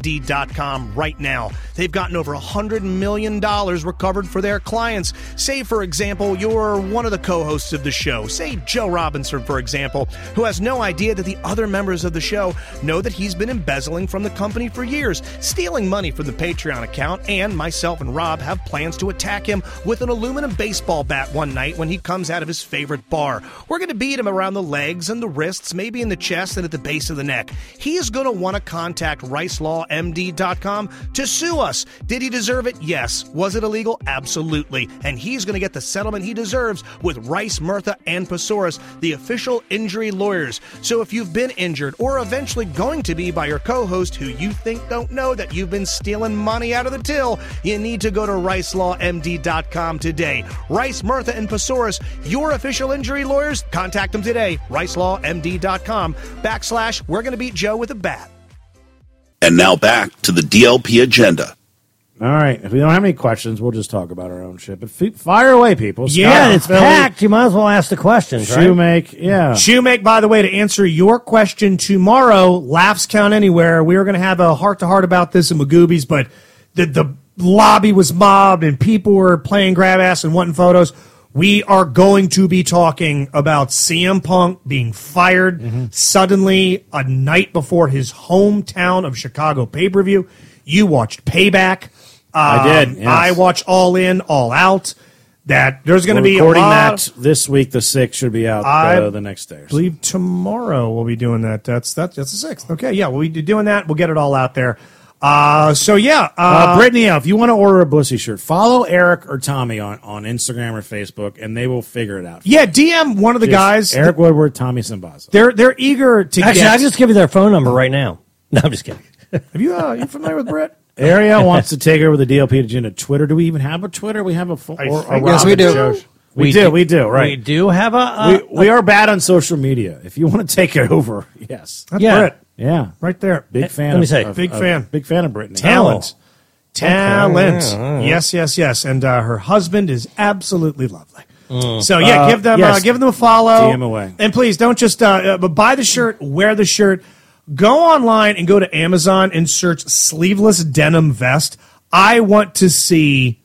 Speaker 8: ricelawmd.com right now. They've gotten over $100 million recovered for their clients. Say, for example, you're one of the co hosts of the show, say Joe Robinson, for example, who has no idea that the other members of the show know that he's been embezzling from the company for years, stealing money from the Patreon account, and myself and Rob have plans to attack him with an aluminum baseball bat one night when he comes out of his favorite bar. We're going to beat him around the legs and the wrists, maybe in the chest and at the base of the neck. He is going to want to contact ricelawmd.com to sue us. Did he deserve it? Yes. Was it illegal? Absolutely. And he's going to get the settlement he deserves with Rice, Murtha, and Pasoris, the official injury lawyers. So if you've been injured or eventually going to be by your co host who you think don't know that you've been stealing money out of the till, you need to go to ricelawmd.com today. Rice, Murtha, and Pasoris, your official injury lawyers, contact them today. ricelawmd.com backslash we're going to beat Joe with a bat.
Speaker 3: And now back to the DLP agenda.
Speaker 6: All right. If we don't have any questions, we'll just talk about our own shit. But f- fire away, people.
Speaker 7: Yeah,
Speaker 6: Scott,
Speaker 7: it's
Speaker 6: Philly,
Speaker 7: packed. You might as well ask the questions, right?
Speaker 6: Shoemake. Yeah.
Speaker 5: Shoemake, by the way, to answer your question tomorrow, laughs count anywhere. We were going to have a heart to heart about this in Magoobies, but the, the lobby was mobbed and people were playing grab ass and wanting photos. We are going to be talking about CM Punk being fired
Speaker 6: Mm-hmm.
Speaker 5: suddenly a night before his hometown of Chicago pay per view. You watched Payback.
Speaker 6: I did,
Speaker 5: Um,
Speaker 6: yes.
Speaker 5: I watched All In, All Out. That there's going to
Speaker 6: We're
Speaker 5: be
Speaker 6: recording
Speaker 5: a lot
Speaker 6: that this week. The sixth should be out
Speaker 5: I
Speaker 6: uh, the next day. Or
Speaker 5: I believe tomorrow we'll be doing that. That's that, that's the sixth. Okay, yeah, we'll be doing that. We'll get it all out there. Uh, so yeah, uh,
Speaker 6: Uh, Brittany, if you want to order a Bussy shirt, follow Eric or Tommy on, on Instagram or Facebook, and they will figure it out.
Speaker 5: yeah, DM one of the
Speaker 6: Just
Speaker 5: guys.
Speaker 6: Eric Woodward, Tommy Simbaza.
Speaker 5: They're they're eager to
Speaker 7: Actually,
Speaker 5: get.
Speaker 7: I just give you their phone number right now. No, I'm just kidding.
Speaker 5: have you uh, you familiar with Brett?
Speaker 6: Ariel wants to take over the DLP agenda. Twitter? Do we even have a Twitter? We have a phone. Or, a
Speaker 5: think-
Speaker 1: Yes, we
Speaker 6: Robin,
Speaker 1: do.
Speaker 6: Josh. We, do, We do.
Speaker 7: We
Speaker 6: Right.
Speaker 7: do have a.
Speaker 6: We,
Speaker 7: Uh,
Speaker 6: we, are bad on social media. If you want to take it over, yes.
Speaker 5: That's
Speaker 7: Yeah.
Speaker 5: Brett
Speaker 6: Yeah.
Speaker 5: right there.
Speaker 6: Big fan.
Speaker 7: let me
Speaker 6: of-
Speaker 7: say,
Speaker 6: of-
Speaker 5: big
Speaker 6: of-
Speaker 5: fan.
Speaker 6: Big fan of Brittany.
Speaker 5: Talent.
Speaker 6: Oh.
Speaker 5: Talent. Yes, yes, yes. And uh, her husband is absolutely lovely. So yeah,
Speaker 6: Uh,
Speaker 5: give them
Speaker 6: yes.
Speaker 5: uh, give them a follow.
Speaker 6: DM away.
Speaker 5: And please don't just uh, uh, but buy the shirt, wear the shirt. Go online and go to Amazon and search sleeveless denim vest. I want to see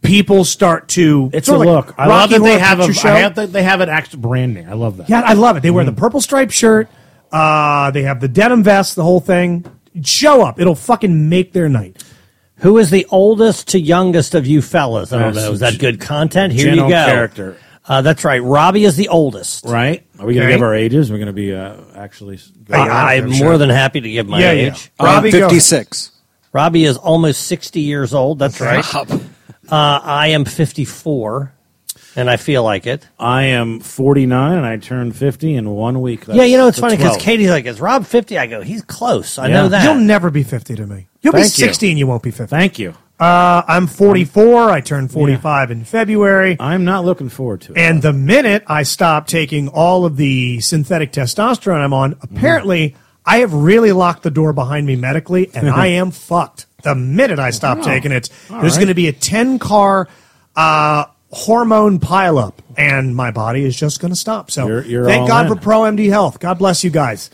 Speaker 5: people start to.
Speaker 6: It's
Speaker 5: sort
Speaker 6: a
Speaker 5: of like
Speaker 6: look. I love
Speaker 5: Rocky
Speaker 6: that they
Speaker 5: Horror
Speaker 6: have a.
Speaker 5: Picture Show.
Speaker 6: I have that they have an actual branding. I love that.
Speaker 5: Yeah, I love it. They wear the
Speaker 6: Mm.
Speaker 5: purple striped shirt. Uh, they have the denim vest, the whole thing. Show up. It'll fucking make their night.
Speaker 7: Who is the oldest to youngest of you fellas? I don't
Speaker 6: Yes.
Speaker 7: know. Is that good content? Here
Speaker 6: General
Speaker 7: you go.
Speaker 6: character.
Speaker 7: Uh, that's right. Robbie is the oldest.
Speaker 6: Right? Are we going to
Speaker 5: Okay.
Speaker 6: give our ages? We're going to be uh, actually.
Speaker 7: I, am more than happy to give my
Speaker 5: Yeah, yeah.
Speaker 7: age.
Speaker 1: Uh,
Speaker 5: Robbie, go.
Speaker 1: 56.
Speaker 7: Robbie is almost 60 years old. That's right. Uh, I am 54, and I feel like it.
Speaker 6: I am 49 and I turned 50 in one week.
Speaker 7: yeah, you know, it's
Speaker 6: The
Speaker 7: funny because
Speaker 6: 12.
Speaker 7: Katie's like, is Rob 50? I go, he's close. I
Speaker 6: Yeah.
Speaker 7: know that.
Speaker 5: You'll never be 50 to me. You'll be
Speaker 6: Thank you.
Speaker 5: 60 and you won't be 50.
Speaker 6: Thank you.
Speaker 5: Uh, I'm 44. I turned 45 in February.
Speaker 6: I'm not looking forward to it.
Speaker 5: And the minute I stop taking all of the synthetic testosterone I'm on, apparently I have really locked the door behind me medically and I am fucked. The minute I stop taking it, there's
Speaker 6: right.
Speaker 5: going to be a 10 car uh, hormone pileup and my body is just going to stop. So
Speaker 6: You're- you're
Speaker 5: thank
Speaker 6: all
Speaker 5: God
Speaker 6: in.
Speaker 5: for Pro MD Health. God bless you guys.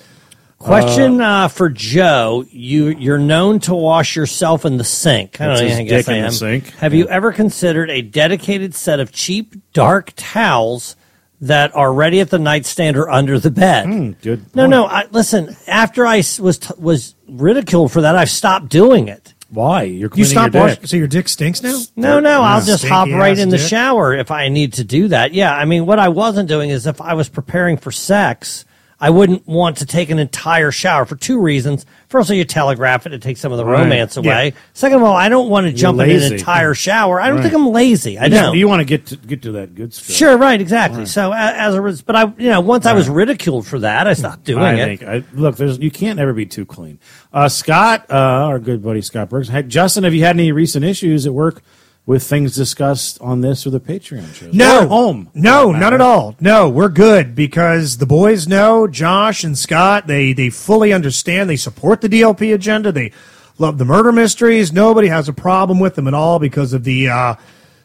Speaker 7: Question uh, for Joe: You you're known to wash yourself in the sink. I
Speaker 6: That's
Speaker 7: don't
Speaker 6: his
Speaker 7: know, I guess
Speaker 6: dick in
Speaker 7: I
Speaker 6: the
Speaker 7: am.
Speaker 6: sink.
Speaker 7: Have you ever considered a dedicated set of cheap dark towels that are ready at the nightstand or under the bed?
Speaker 6: Hmm, good
Speaker 7: No,
Speaker 6: point.
Speaker 7: no. I, listen, after I s- was t- was ridiculed for that, I've stopped doing it.
Speaker 6: Why? You're
Speaker 5: You
Speaker 6: cleaning
Speaker 5: stop
Speaker 6: your
Speaker 5: washing.
Speaker 6: dick.
Speaker 5: So your dick stinks now?
Speaker 7: No, no, I'll just
Speaker 5: Stinky
Speaker 7: hop right
Speaker 5: ass
Speaker 7: in the
Speaker 5: dick.
Speaker 7: shower if I need to do that. Yeah, I mean, what I wasn't doing is if I was preparing for sex, I wouldn't want to take an entire shower for two reasons. First of all, you telegraph it, it takes some of the
Speaker 6: Right.
Speaker 7: romance
Speaker 5: Yeah.
Speaker 7: away. Second of all, I don't want to jump in an
Speaker 6: lazy.
Speaker 7: entire shower. I don't
Speaker 6: Right.
Speaker 7: think I'm lazy. I
Speaker 6: You-
Speaker 7: don't.
Speaker 6: You want to get to get to that good stuff.
Speaker 7: sure, right, exactly. So a- as a res- but I, you know, once I was ridiculed for that, I stopped doing
Speaker 6: I
Speaker 7: it.
Speaker 6: think I, look, there's you can't ever be too clean. Uh, Scott, uh, our good buddy Scott Brooks. Hey, Justin, have you had any recent issues at work with things discussed on this or the Patreon show?
Speaker 5: No,
Speaker 6: Or at home.
Speaker 5: No, none at all. No, we're good because the boys know Josh and Scott. They they fully understand. They support the DLP agenda. They love the murder mysteries. Nobody has a problem with them at all because of the uh,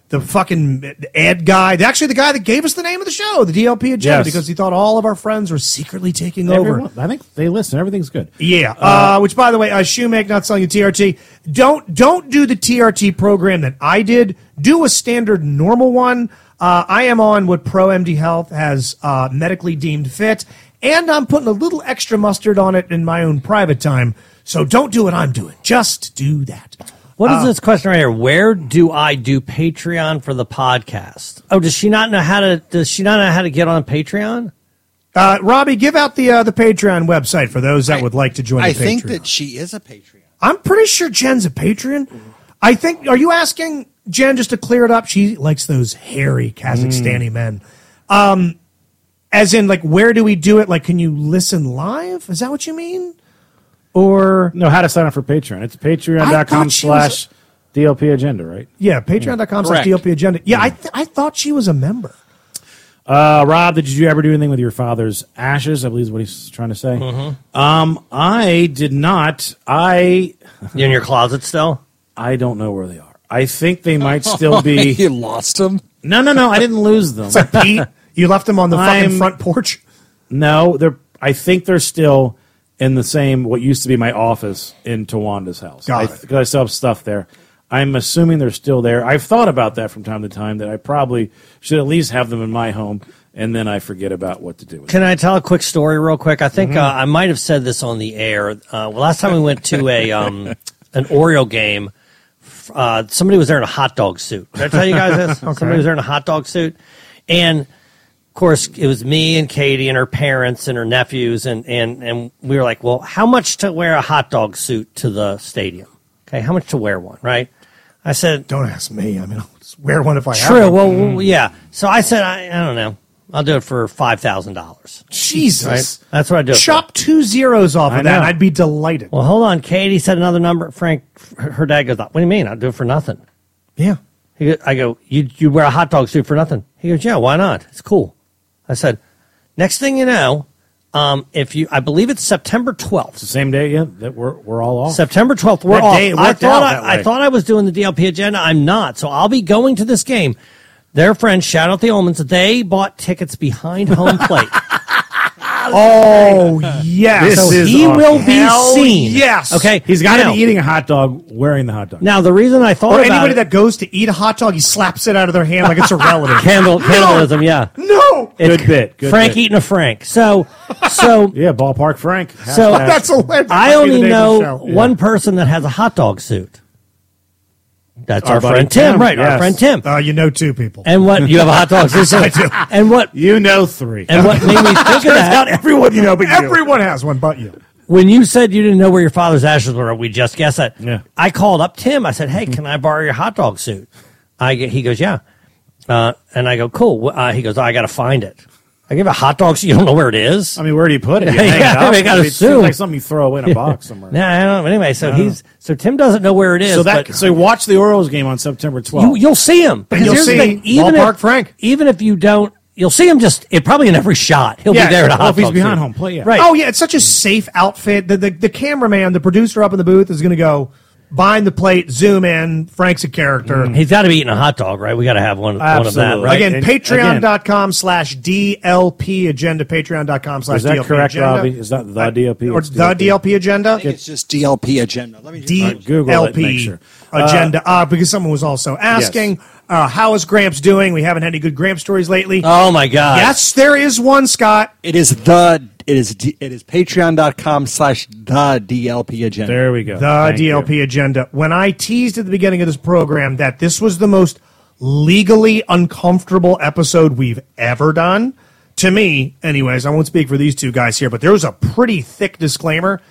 Speaker 5: the fucking ad guy. Actually, the guy that gave us the name of the show, the DLP agenda,
Speaker 6: Yes.
Speaker 5: because he thought all of our friends were secretly taking over.
Speaker 6: Everyone, I think they listen. Everything's good.
Speaker 5: Yeah. Uh, which, by the way, uh, Shoemake not selling you TRT. Don't don't do the TRT program that I did. Do a standard normal one. Uh, I am on what ProMD Health has uh, medically deemed fit, and I'm putting a little extra mustard on it in my own private time. So don't do what I'm doing. Just do that.
Speaker 7: What is
Speaker 6: uh,
Speaker 7: this question right here? Where do I do Patreon for the podcast? Oh, does she not know how to? Does she not know how to get on Patreon?
Speaker 5: Uh, Robbie, give out the uh, the Patreon website for those that would like to join.
Speaker 1: I
Speaker 5: the
Speaker 1: think
Speaker 5: Patreon.
Speaker 1: that she is a Patreon.
Speaker 5: I'm pretty sure Jen's a patron. I think. Are you asking Jen just to clear it up? She likes those hairy
Speaker 1: Mm.
Speaker 5: Kazakhstani men. Um, as in, like, where do we do it? Like, can you listen live? Is that what you mean? Or
Speaker 6: No, how to sign up for Patreon. It's
Speaker 5: I
Speaker 6: patreon.com
Speaker 5: thought she was-
Speaker 6: slash DLP agenda, right?
Speaker 5: yeah, Patreon.com slash
Speaker 1: Correct.
Speaker 5: DLP agenda. Yeah, I th- I thought she was a member.
Speaker 6: Uh, Rob, did you ever do anything with your father's ashes? I believe is what he's trying to say. Um, I did not. I
Speaker 7: You in your closet still?
Speaker 6: I don't know where they are. I think they might still be.
Speaker 1: You lost him?
Speaker 6: No, no, no. I didn't lose them.
Speaker 5: Pete, you left him on the fucking
Speaker 6: I'm-
Speaker 5: front porch.
Speaker 6: No, they're. I think they're still in the same what used to be my office in Tawanda's house.
Speaker 5: Got
Speaker 6: I,
Speaker 5: it.
Speaker 6: Because I still have stuff there. I'm assuming they're still there. I've thought about that from time to time that I probably should at least have them in my home, and then I forget about what to do. With them.
Speaker 7: Can I tell a quick story real quick? I think uh, I might have said this on the air. Uh, well, last time we went to a um, an Oreo game, f- uh, somebody was there in a hot dog suit. Did I tell you guys this? Somebody was there in a hot dog suit, and of course it was me and Katie and her parents and her nephews, and and and we were like, well, how much to wear a hot dog suit to the stadium? Okay, how much to wear one? Right? I said,
Speaker 5: Don't ask me. I mean, I'll just wear one if I have.
Speaker 7: true.
Speaker 5: one.
Speaker 7: Well, well, yeah. So I said, I, I don't know. I'll do it for five thousand dollars.
Speaker 5: Jesus,
Speaker 7: That's what I do. it for.
Speaker 5: chop two zeros off
Speaker 6: I
Speaker 5: of that. and
Speaker 6: know.
Speaker 5: I'd be delighted.
Speaker 7: Well, hold on. Katie said another number. Frank, her dad goes, "What do you mean? I'll do it for nothing."
Speaker 5: yeah.
Speaker 7: He go, I go, "You you wear a hot dog suit for nothing?" He goes, "Yeah, why not? It's cool." I said, "Next thing you know, um, if you, I believe it's September twelfth.
Speaker 6: Same day, yeah. That we're we're all off.
Speaker 7: September 12th, we're
Speaker 6: That
Speaker 7: off.
Speaker 6: day it
Speaker 7: I
Speaker 6: worked
Speaker 7: thought
Speaker 6: out that
Speaker 7: I, I
Speaker 6: way.
Speaker 7: thought I was doing the DLP agenda. I'm not, so I'll be going to this game. Their friends, shout out the Omens, they bought tickets behind home plate.
Speaker 8: Oh yes.
Speaker 7: so
Speaker 8: So-
Speaker 7: he will be
Speaker 8: Hell
Speaker 7: seen.
Speaker 8: yes.
Speaker 7: Okay.
Speaker 6: He's got to
Speaker 7: now,
Speaker 6: be eating a hot dog wearing the hot dog.
Speaker 7: Now the reason I thought
Speaker 8: or
Speaker 7: about
Speaker 8: anybody
Speaker 7: it,
Speaker 8: that goes to eat a hot dog, he slaps it out of their hand like it's a relative.
Speaker 7: candle cannibalism, yeah.
Speaker 8: no.
Speaker 6: Good bit, good
Speaker 7: Frank
Speaker 6: bit.
Speaker 7: eating a Frank. So so
Speaker 6: yeah, ballpark Frank.
Speaker 7: So-
Speaker 6: Hashtag-
Speaker 8: That's hilarious.
Speaker 7: I
Speaker 8: That might be
Speaker 7: only
Speaker 8: the name of the
Speaker 7: know
Speaker 8: show.
Speaker 7: one person that has a hot dog suit. That's
Speaker 6: Our
Speaker 7: our,
Speaker 6: buddy
Speaker 7: friend Tim,
Speaker 6: Tim,
Speaker 7: right? Our
Speaker 6: yes.
Speaker 7: friend Tim.
Speaker 8: Uh, you know two people.
Speaker 7: and what you have a hot dog suit?
Speaker 8: I do.
Speaker 7: And what
Speaker 6: you know three.
Speaker 7: and what made me think of that
Speaker 8: everyone you know, but everyone has one but you.
Speaker 7: when you said you didn't know where your father's ashes were. We just guessed that.
Speaker 6: Yeah. Mm-hmm.
Speaker 7: I called up Tim. I said, "Hey, can I borrow your hot dog suit?" I get, he goes, "Yeah," uh, and I go, "Cool." Uh, he goes, "I got to find it." I give a hot dog suit. You don't know where it is.
Speaker 6: I mean, where do you put it? You hang
Speaker 7: Yeah,
Speaker 6: it up?
Speaker 7: I gotta
Speaker 6: mean, it seems
Speaker 7: assume.
Speaker 6: like something you throw away in a box somewhere.
Speaker 7: Nah, I don't know. Anyway, so he's so Tim doesn't know where it is.
Speaker 6: so that
Speaker 7: but-
Speaker 6: so watch the Orioles game on September 12th.
Speaker 7: you, you'll see him. Because
Speaker 8: you'll
Speaker 7: here's
Speaker 8: see
Speaker 7: the thing, even
Speaker 8: Ballpark
Speaker 7: if,
Speaker 8: Frank.
Speaker 7: Even if you don't, you'll see him just it probably in every shot. He'll
Speaker 6: Yeah,
Speaker 7: be there at a
Speaker 6: well,
Speaker 7: hot
Speaker 6: if he's
Speaker 7: dog
Speaker 6: behind
Speaker 7: too.
Speaker 6: home plate, yeah.
Speaker 7: Right.
Speaker 8: Oh yeah, it's such a safe outfit. The the, the cameraman, the producer up in the booth is going to go behind the plate, zoom in. Frank's a character.
Speaker 7: He's got to be eating a hot dog, right? We got to have one, one of that,
Speaker 6: Mm-hmm. Absolutely.
Speaker 7: right?
Speaker 8: Again,
Speaker 6: And-
Speaker 8: patreon.com slash DLP agenda. Patreon.com slash
Speaker 6: Is that
Speaker 8: DLP
Speaker 6: correct,
Speaker 8: agenda.
Speaker 6: Robbie? Is that the DLP?
Speaker 8: Or
Speaker 6: It's
Speaker 8: the DLP agenda?
Speaker 1: It's just DLP agenda. Let me just,
Speaker 8: DLP
Speaker 6: Google it, make sure. Uh,
Speaker 8: agenda. Uh, because someone was also asking, uh, how is Gramps doing? We haven't had any good Gramps stories lately.
Speaker 6: Uh,
Speaker 7: oh my god!
Speaker 8: yes, there is one, Scott.
Speaker 1: it is the it is D- it is patreon.com slash the DLP agenda.
Speaker 6: There we go.
Speaker 8: The
Speaker 6: Thank you.
Speaker 8: DLP agenda. When I teased at the beginning of this program that this was the most legally uncomfortable episode we've ever done, to me, anyways, I won't speak for these two guys here, but there was a pretty thick disclaimer.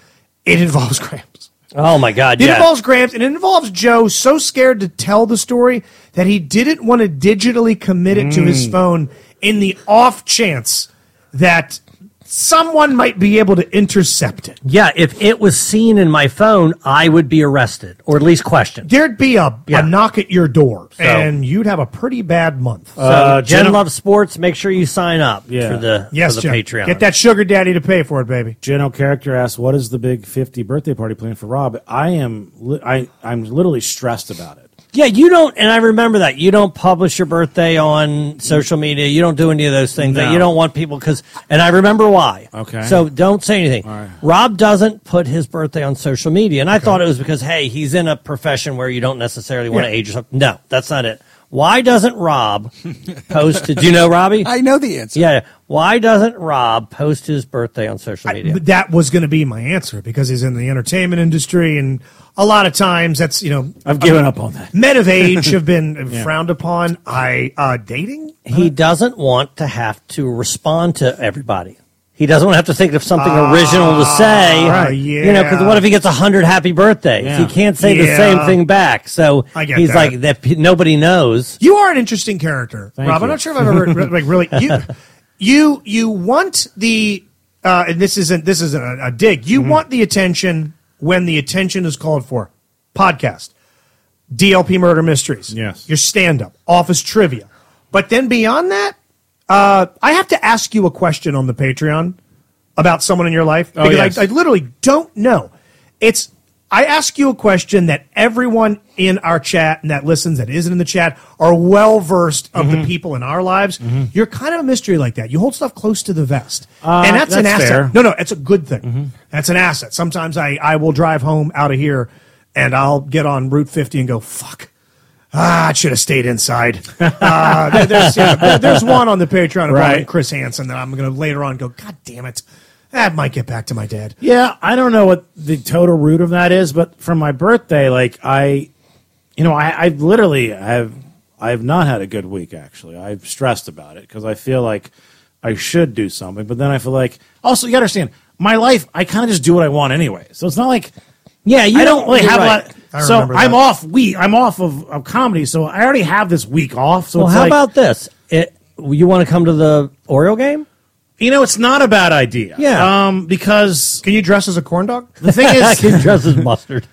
Speaker 8: It involves Gramps.
Speaker 7: Oh my god!
Speaker 8: It
Speaker 7: Yeah.
Speaker 8: involves Gramps, and it involves Joe so scared to tell the story that he didn't want to digitally commit it to his
Speaker 6: Mm.
Speaker 8: phone in the off chance that someone might be able to intercept it.
Speaker 7: yeah. If it was seen in my phone, I would be arrested or at least questioned.
Speaker 8: there'd be a,
Speaker 7: Yeah.
Speaker 8: a knock at your door, and you'd have a pretty bad month.
Speaker 7: So,
Speaker 6: Uh,
Speaker 7: Jen
Speaker 6: Jenna-
Speaker 7: loves sports. Make sure you sign up
Speaker 6: Yeah.
Speaker 7: for the
Speaker 8: yes,
Speaker 7: for the
Speaker 8: Jim.
Speaker 7: Patreon.
Speaker 8: Get that sugar daddy to pay for it, baby.
Speaker 6: Geno character asks, "What is the big 50 birthday party plan for Rob?" I am, li- I, I'm literally stressed about it.
Speaker 7: Yeah, you don't, and I remember that you don't publish your birthday on social media. You don't do any of those things. That
Speaker 6: No.
Speaker 7: you don't want people because, and I remember why.
Speaker 6: Okay.
Speaker 7: So don't say anything. Rob doesn't put his birthday on social media, and I thought it was because hey, he's in a profession where you don't necessarily want to age yourself. No, that's not it. Why doesn't Rob post? to, do you know Robbie?
Speaker 1: I know the answer.
Speaker 7: yeah. yeah. Why doesn't Rob post his birthday on social media?
Speaker 8: But That was going to be my answer because he's in the entertainment industry, and a lot of times that's you know
Speaker 6: I've given up on that.
Speaker 8: men of age have been frowned upon. I uh, dating.
Speaker 7: he doesn't want to have to respond to everybody. He doesn't want to have to think of something original to say.
Speaker 8: right.
Speaker 7: You know, because
Speaker 8: yeah.
Speaker 7: what if he gets 100 happy birthdays?
Speaker 6: Yeah.
Speaker 7: He can't say the
Speaker 8: Yeah.
Speaker 7: same thing back. So
Speaker 8: I get
Speaker 7: he's
Speaker 8: that.
Speaker 7: like, that p- nobody knows.
Speaker 8: You are an interesting character, Rob. I'm
Speaker 6: you.
Speaker 8: not sure if I've ever re- like really you you you want the uh, and this isn't this isn't a, a dig. You want the attention when the attention is called for. Podcast, DLP murder mysteries.
Speaker 6: Yes.
Speaker 8: your stand up, office trivia. But then beyond that, uh, I have to ask you a question on the Patreon about someone in your life because
Speaker 6: Oh, yes.
Speaker 8: I, I literally don't know. It's I ask you a question that everyone in our chat and that listens that isn't in the chat are well versed of
Speaker 6: Mm-hmm.
Speaker 8: the people in our lives. You're kind of a mystery like that. You hold stuff close to the vest, and that's, an
Speaker 6: Uh, that's
Speaker 8: asset.
Speaker 6: fair. Mm-hmm.
Speaker 8: No, no, it's a good thing. That's an asset. Sometimes I I will drive home out of here, and I'll get on Route 50 and go fuck. Ah, I should have stayed inside. Uh, there- there's, yeah, there- there's one on the Patreon, right.
Speaker 6: Right.
Speaker 8: Chris Hansen, that I'm going to later on go, God damn it. That might get back to my dad.
Speaker 6: Yeah, I don't know what the total root of that is, but for my birthday, like I, you know, I, I literally have, I have not had a good week. Actually, I've stressed about it because I feel like I should do something, but then I feel like also you gotta understand my life. I kind of just do what I want anyway, so it's not like
Speaker 7: Yeah, you
Speaker 6: I don't really
Speaker 7: you're
Speaker 6: have
Speaker 7: right.
Speaker 6: a
Speaker 8: I
Speaker 6: lot. So
Speaker 8: remember that.
Speaker 6: I'm off week. I'm off of, of comedy, so I already have this week off. So
Speaker 7: Well,
Speaker 6: it's
Speaker 7: how
Speaker 6: like-
Speaker 7: about this? It, you want to come to the Oriole game?
Speaker 6: you know, it's not a bad idea.
Speaker 7: Yeah.
Speaker 6: um, because
Speaker 8: Can you dress as a corn dog?
Speaker 6: the thing
Speaker 7: I
Speaker 6: is,
Speaker 7: can dress as mustard.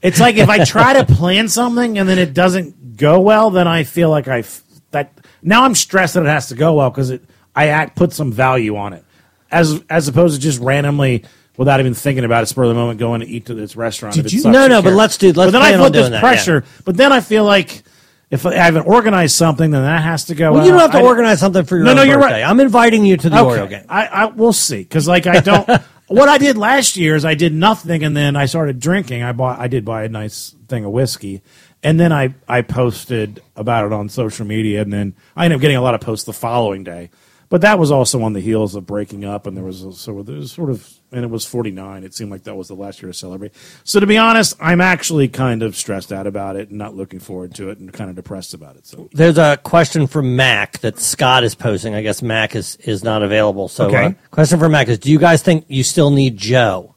Speaker 6: It's like if I try to plan something and then it doesn't go well, then I feel like I f- that now I'm stressed that it has to go well because it I act put some value on it as as opposed to just randomly without even thinking about it spur of the moment going to eat to this restaurant. if
Speaker 8: Did
Speaker 6: it
Speaker 8: you-
Speaker 6: sucks,
Speaker 7: No,
Speaker 6: who
Speaker 7: no, but
Speaker 6: cares?
Speaker 7: let's do- let's
Speaker 6: but then
Speaker 7: plan
Speaker 6: I
Speaker 7: on
Speaker 6: put this
Speaker 7: doing that, yeah.
Speaker 6: pressure. But then I feel like if I haven't organized something, then that has to go.
Speaker 7: Well, you don't
Speaker 6: out.
Speaker 7: have to
Speaker 6: I-
Speaker 7: organize something for your
Speaker 6: No,
Speaker 7: own
Speaker 6: no, you're
Speaker 7: birthday.
Speaker 6: right.
Speaker 7: I'm inviting you to the
Speaker 6: okay.
Speaker 7: Oreo game.
Speaker 6: I, I we'll see because like I don't. what I did last year is I did nothing, and then I started drinking. I bought I did buy a nice thing of whiskey, and then I I posted about it on social media, and then I ended up getting a lot of posts the following day. But that was also on the heels of breaking up, and there was a, so there was sort of and it was forty nine. It seemed like that was the last year to celebrate. So to be honest, I'm actually kind of stressed out about it, and not looking forward to it, and kind of depressed about it. So
Speaker 7: There's a question from Mac that Scott is posing. I guess Mac is, is not available. So,
Speaker 8: Okay.
Speaker 7: uh, question for Mac is Do you guys think you still need Joe?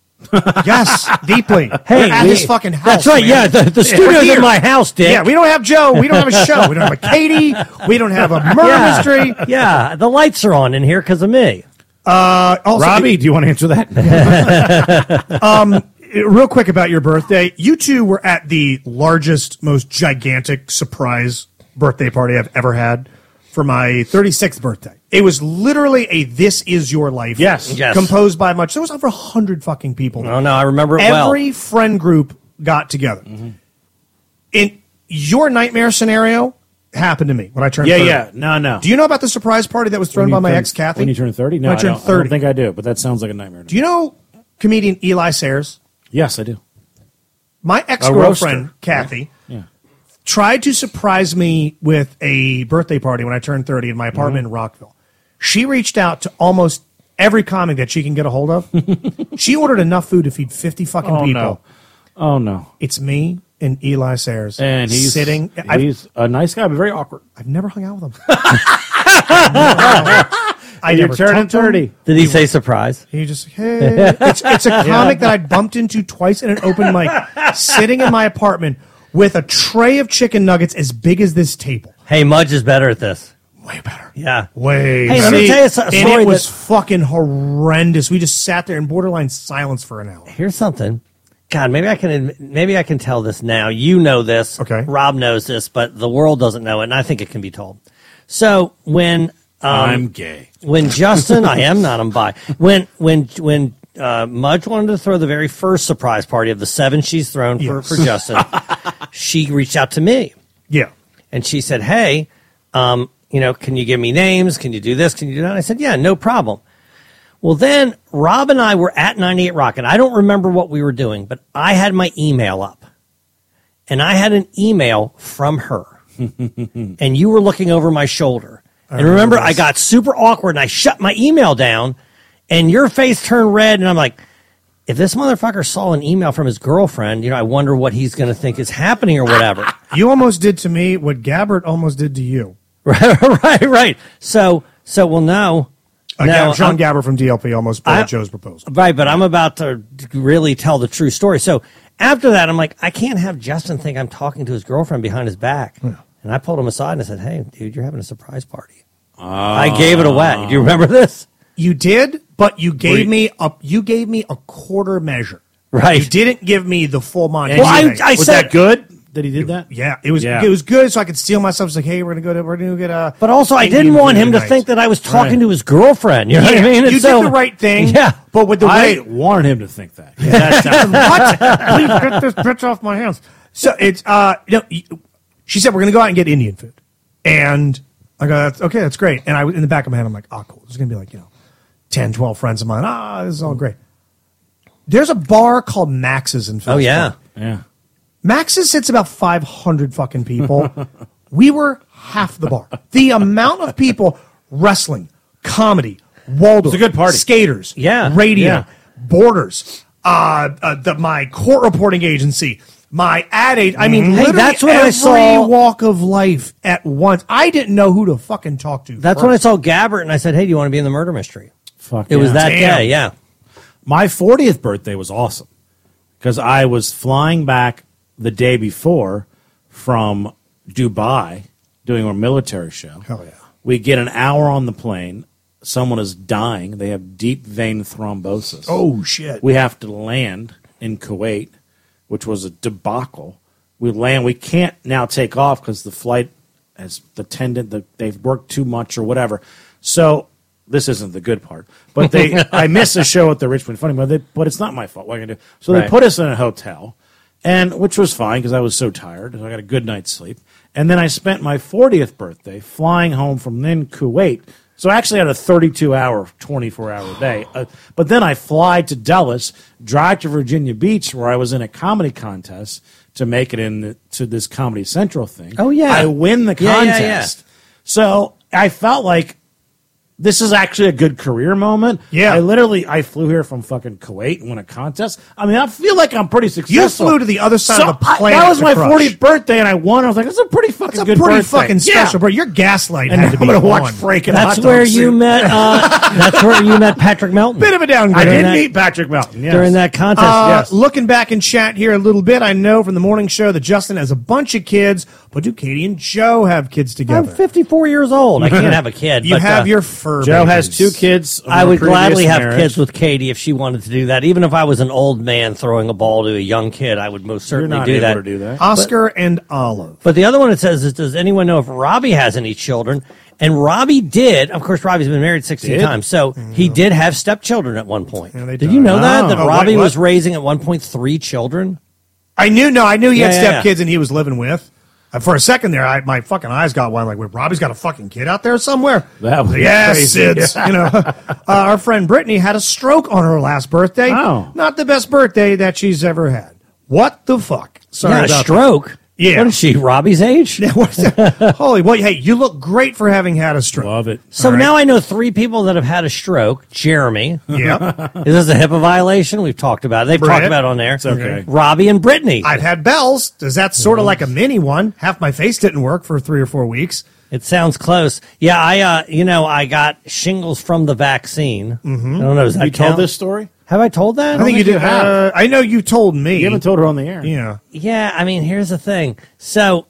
Speaker 8: Yes, deeply. We're at
Speaker 7: we-
Speaker 8: his fucking house.
Speaker 7: That's right.
Speaker 8: man.
Speaker 7: Yeah. The, the
Speaker 8: we're
Speaker 7: studio's
Speaker 8: here.
Speaker 7: in my house, Dick.
Speaker 8: Yeah, we don't have Joe. We don't have a show. We don't have a Katie. We don't have a murder
Speaker 7: Yeah.
Speaker 8: mystery.
Speaker 7: yeah. The lights are on in here because of me.
Speaker 8: Uh, also, Um,
Speaker 6: Robbie, do you want to answer that?
Speaker 8: real quick about your birthday. You two were at the largest, most gigantic surprise birthday party I've ever had for my 36th birthday. It was literally a "This Is Your Life."
Speaker 6: Yes.
Speaker 7: Yes.
Speaker 8: composed by much. There was over hundred fucking people. there.
Speaker 7: Oh, no. I remember it
Speaker 8: Every friend group got together.
Speaker 6: Mm-hmm.
Speaker 8: In your nightmare scenario happened to me when I turned.
Speaker 6: yeah,
Speaker 8: 30.
Speaker 6: yeah, no, no.
Speaker 8: Do you know about the surprise party that was thrown by my ex Kathy?
Speaker 6: When you turn 30? No,
Speaker 8: When I
Speaker 6: I
Speaker 8: turned
Speaker 6: don't, I
Speaker 8: 30.
Speaker 6: don't think I do, but that sounds like a nightmare. To
Speaker 8: Do you know comedian Eli Sayers?
Speaker 6: Yes, I do.
Speaker 8: My ex girlfriend, Kathy, tried to surprise me with a birthday party when I turned 30 in my
Speaker 6: Mm-hmm.
Speaker 8: apartment in Rockville. She reached out to almost every comic that she can get a hold of. she ordered enough food to feed 50 fucking
Speaker 6: Oh,
Speaker 8: people.
Speaker 6: no. Oh, no.
Speaker 8: It's me and Eli Sayers.
Speaker 6: And he's
Speaker 8: sitting. I've,
Speaker 6: He's a nice guy, but very awkward.
Speaker 8: I've never hung out with him. I never talked to him.
Speaker 7: Well. Did he say surprise?
Speaker 8: He just hey. it's, it's a comic that I bumped into twice in an open mic, sitting in my apartment with a tray of chicken nuggets as big as this table.
Speaker 7: Hey, Mudge is better at this.
Speaker 8: Way better.
Speaker 7: Yeah.
Speaker 8: Way.
Speaker 7: Hey, let
Speaker 8: better.
Speaker 7: me tell you so-
Speaker 8: and
Speaker 7: story
Speaker 8: it was
Speaker 7: that-
Speaker 8: fucking horrendous. We just sat there in borderline silence for an hour.
Speaker 7: Here's something. God, maybe I can admit, maybe I can tell this now. You know this.
Speaker 8: Okay.
Speaker 7: Rob knows this, but the world doesn't know it, and I think it can be told. So when um,
Speaker 6: I'm gay.
Speaker 7: when Justin, I am not. I'm bi. When when when uh, Mudge wanted to throw the very first surprise party of the seven she's thrown for,
Speaker 8: Yes.
Speaker 7: for Justin, she reached out to me
Speaker 8: Yeah.
Speaker 7: and she said, "Hey, um, you know, can you give me names? Can you do this? Can you do that?" And I said, "Yeah, no problem." Well, then Rob and I were at 98 Rock, and I don't remember what we were doing, but I had my email up, and I had an email from her, and you were looking over my shoulder. and remember, I got super awkward, and I shut my email down, and your face turned red, and I'm like. If this motherfucker saw an email from his girlfriend, you know, I wonder what he's going to think is happening or whatever.
Speaker 8: You almost did to me what Gabbert almost did to you.
Speaker 7: right, right, right. So, so well, no,
Speaker 8: Uh,
Speaker 7: no,
Speaker 8: Gab- John
Speaker 7: I'm-
Speaker 8: Gabbert from DLP almost pulled
Speaker 7: I-
Speaker 8: Joe's proposal.
Speaker 7: right. But I'm about to really tell the true story. So after that, I'm like, I can't have Justin think I'm talking to his girlfriend behind his back. And I pulled him aside and I said, "Hey, dude, you're having a surprise party." I gave it away. Do you remember this?
Speaker 8: You did, but you gave me a you gave me a quarter measure.
Speaker 7: Right.
Speaker 8: You didn't give me the full Monty.
Speaker 7: Well, I-
Speaker 8: thing.
Speaker 7: I
Speaker 6: Was
Speaker 7: said-
Speaker 6: that good that he did that?
Speaker 8: Yeah, it was
Speaker 6: Yeah.
Speaker 8: it was good, so I could steal myself. It's like, hey, we're gonna go to we're gonna get a.
Speaker 7: But also, I didn't
Speaker 8: Indian
Speaker 7: want
Speaker 8: food
Speaker 7: him to
Speaker 8: tonight.
Speaker 7: think that I was talking to his girlfriend. You know what I
Speaker 8: Yeah,
Speaker 7: mean? And
Speaker 8: you
Speaker 7: so-
Speaker 8: did the right thing.
Speaker 7: Yeah.
Speaker 8: but with the
Speaker 6: I
Speaker 8: way
Speaker 6: warned him to think that. That sounds-
Speaker 8: what? Please get this bitch off my hands. So it's uh, you know, y- she said we're gonna go out and get Indian food, and I go, that's, okay, that's great. And I in the back of my head, I'm like, oh, cool. There's gonna be like you know, 10, 12 friends of mine. Ah, this is all great. There's a bar called Max's in Philly.
Speaker 7: Oh yeah.
Speaker 6: yeah.
Speaker 8: Max's sits about 500 fucking people. we were half the bar. The amount of people wrestling, comedy, Waldorf,
Speaker 6: It's a good party.
Speaker 8: skaters,
Speaker 7: Yeah,
Speaker 8: radio,
Speaker 6: yeah.
Speaker 8: borders, uh, uh, the, my court reporting agency, my ad age. I mean, literally
Speaker 7: Mm-hmm. that's what I
Speaker 8: every
Speaker 7: saw-
Speaker 8: walk of life at once. I didn't know who to fucking talk to.
Speaker 7: That's
Speaker 8: first.
Speaker 7: when I saw Gabbert and I said, "Hey, do you want to be in the murder mystery?"
Speaker 6: Fuck
Speaker 7: It was
Speaker 6: yeah.
Speaker 7: that
Speaker 8: Damn.
Speaker 7: day. Yeah.
Speaker 6: My 40th birthday was awesome because I was flying back the day before from Dubai doing our military show.
Speaker 8: Hell yeah.
Speaker 6: We get an hour on the plane. Someone is dying. They have deep vein thrombosis.
Speaker 8: Oh, shit.
Speaker 6: We have to land in Kuwait, which was a debacle. We land. We can't now take off because the flight has the attendant. The, they've worked too much or whatever. So this isn't the good part. But they, I miss a show at the Richmond Funny, but, they, but it's not my fault. What can I do? So they
Speaker 7: Right.
Speaker 6: put us in a hotel, and which was fine because I was so tired. I got a good night's sleep, and then I spent my 40th birthday flying home from then Kuwait. So I actually had a 32 hour, 24 hour day. Uh, but then I fly to Dallas, drive to Virginia Beach, where I was in a comedy contest to make it into this Comedy Central thing.
Speaker 7: Oh, yeah.
Speaker 6: I win the
Speaker 7: Yeah, yeah, yeah.
Speaker 6: contest. So I felt like this is actually a good career moment.
Speaker 5: Yeah.
Speaker 6: I literally I flew here from fucking Kuwait and won a contest. I mean, I feel like I'm pretty successful.
Speaker 5: flew to the other side of the
Speaker 6: I-
Speaker 5: planet
Speaker 6: that was
Speaker 5: to
Speaker 6: my
Speaker 5: crush.
Speaker 6: 40th birthday, and I won. I was like, "That's a pretty
Speaker 5: It's
Speaker 6: fucking
Speaker 5: a
Speaker 6: good
Speaker 5: pretty
Speaker 6: birthday."
Speaker 5: fucking
Speaker 6: Yeah.
Speaker 5: special, bro. Your gaslight
Speaker 6: And
Speaker 5: had to
Speaker 6: I'm
Speaker 5: be
Speaker 6: gonna watch
Speaker 5: on.
Speaker 6: Frank and
Speaker 7: That's where you met. Uh, that's where you met Patrick Melton.
Speaker 5: Bit of a downgrade.
Speaker 6: I
Speaker 7: During
Speaker 6: did
Speaker 7: that-
Speaker 6: meet Patrick Melton yes.
Speaker 7: during that contest.
Speaker 5: Uh,
Speaker 6: Yes.
Speaker 5: Looking back in chat here a little bit, I know from the morning show that Justin has a bunch of kids, but do Katie and Joe have kids
Speaker 7: I'm
Speaker 5: together?
Speaker 7: 54 years old. I can't have a kid.
Speaker 5: you
Speaker 7: but,
Speaker 5: have
Speaker 7: uh,
Speaker 5: your fur.
Speaker 6: Joe has
Speaker 5: babies.
Speaker 6: two kids. of
Speaker 7: I
Speaker 6: her
Speaker 7: would
Speaker 6: previous
Speaker 7: gladly have
Speaker 6: marriage.
Speaker 7: kids with Katie if she wanted to do that. Even if I was an old man throwing a ball to a young kid, I would most
Speaker 6: You're
Speaker 7: certainly
Speaker 6: not
Speaker 7: do
Speaker 6: able
Speaker 7: that.
Speaker 6: to do that.
Speaker 5: Oscar and Olive.
Speaker 7: But the other one it says is, does anyone know if Robbie has any children? And Robbie did. Of course, Robbie's been married 16
Speaker 6: Did?
Speaker 7: times. So he did have stepchildren at one point.
Speaker 5: they
Speaker 7: did
Speaker 5: don't.
Speaker 7: you know that? That
Speaker 5: Oh, wait,
Speaker 7: Robbie
Speaker 5: what?
Speaker 7: was raising at one point three children?
Speaker 5: I knew no, I knew he
Speaker 7: Yeah,
Speaker 5: had
Speaker 7: yeah,
Speaker 5: step
Speaker 7: yeah.
Speaker 5: kids and he was living with. Uh, For a second there, I, my fucking eyes got wide. Like, wait, Robbie's got a fucking kid out there somewhere.
Speaker 6: That would be
Speaker 5: yes,
Speaker 6: crazy.
Speaker 5: it's you know. Uh, our friend Brittany had a stroke on her last birthday.
Speaker 6: Oh.
Speaker 5: not the best birthday that she's ever had. What the fuck? Sorry,
Speaker 7: yeah, a
Speaker 5: about
Speaker 7: stroke.
Speaker 5: Yeah.
Speaker 7: What is she, Robbie's age?
Speaker 5: that. What is that? Holy, well, hey, you look great for having had a stroke.
Speaker 6: Love it.
Speaker 7: So now I know three people that have had a stroke. Jeremy.
Speaker 5: Yeah,
Speaker 7: Is this a HIPAA violation? We've talked about it. They've
Speaker 5: Brett.
Speaker 7: talked about it on there. It's
Speaker 6: okay.
Speaker 7: Robbie and Brittany.
Speaker 5: I've had bells. Does that sort of like a mini one? Half my face didn't work for three or four weeks.
Speaker 7: It sounds close. Yeah, I uh, you know, I got shingles from the vaccine. Mm-hmm. I don't know. Does that
Speaker 6: You told
Speaker 7: count?
Speaker 6: this story?
Speaker 7: Have I told that?
Speaker 5: I think you
Speaker 6: think
Speaker 5: did.
Speaker 6: you have.
Speaker 5: Uh, I know you told me.
Speaker 6: You haven't told her on the air.
Speaker 5: Yeah.
Speaker 7: Yeah, I mean, here's the thing. So,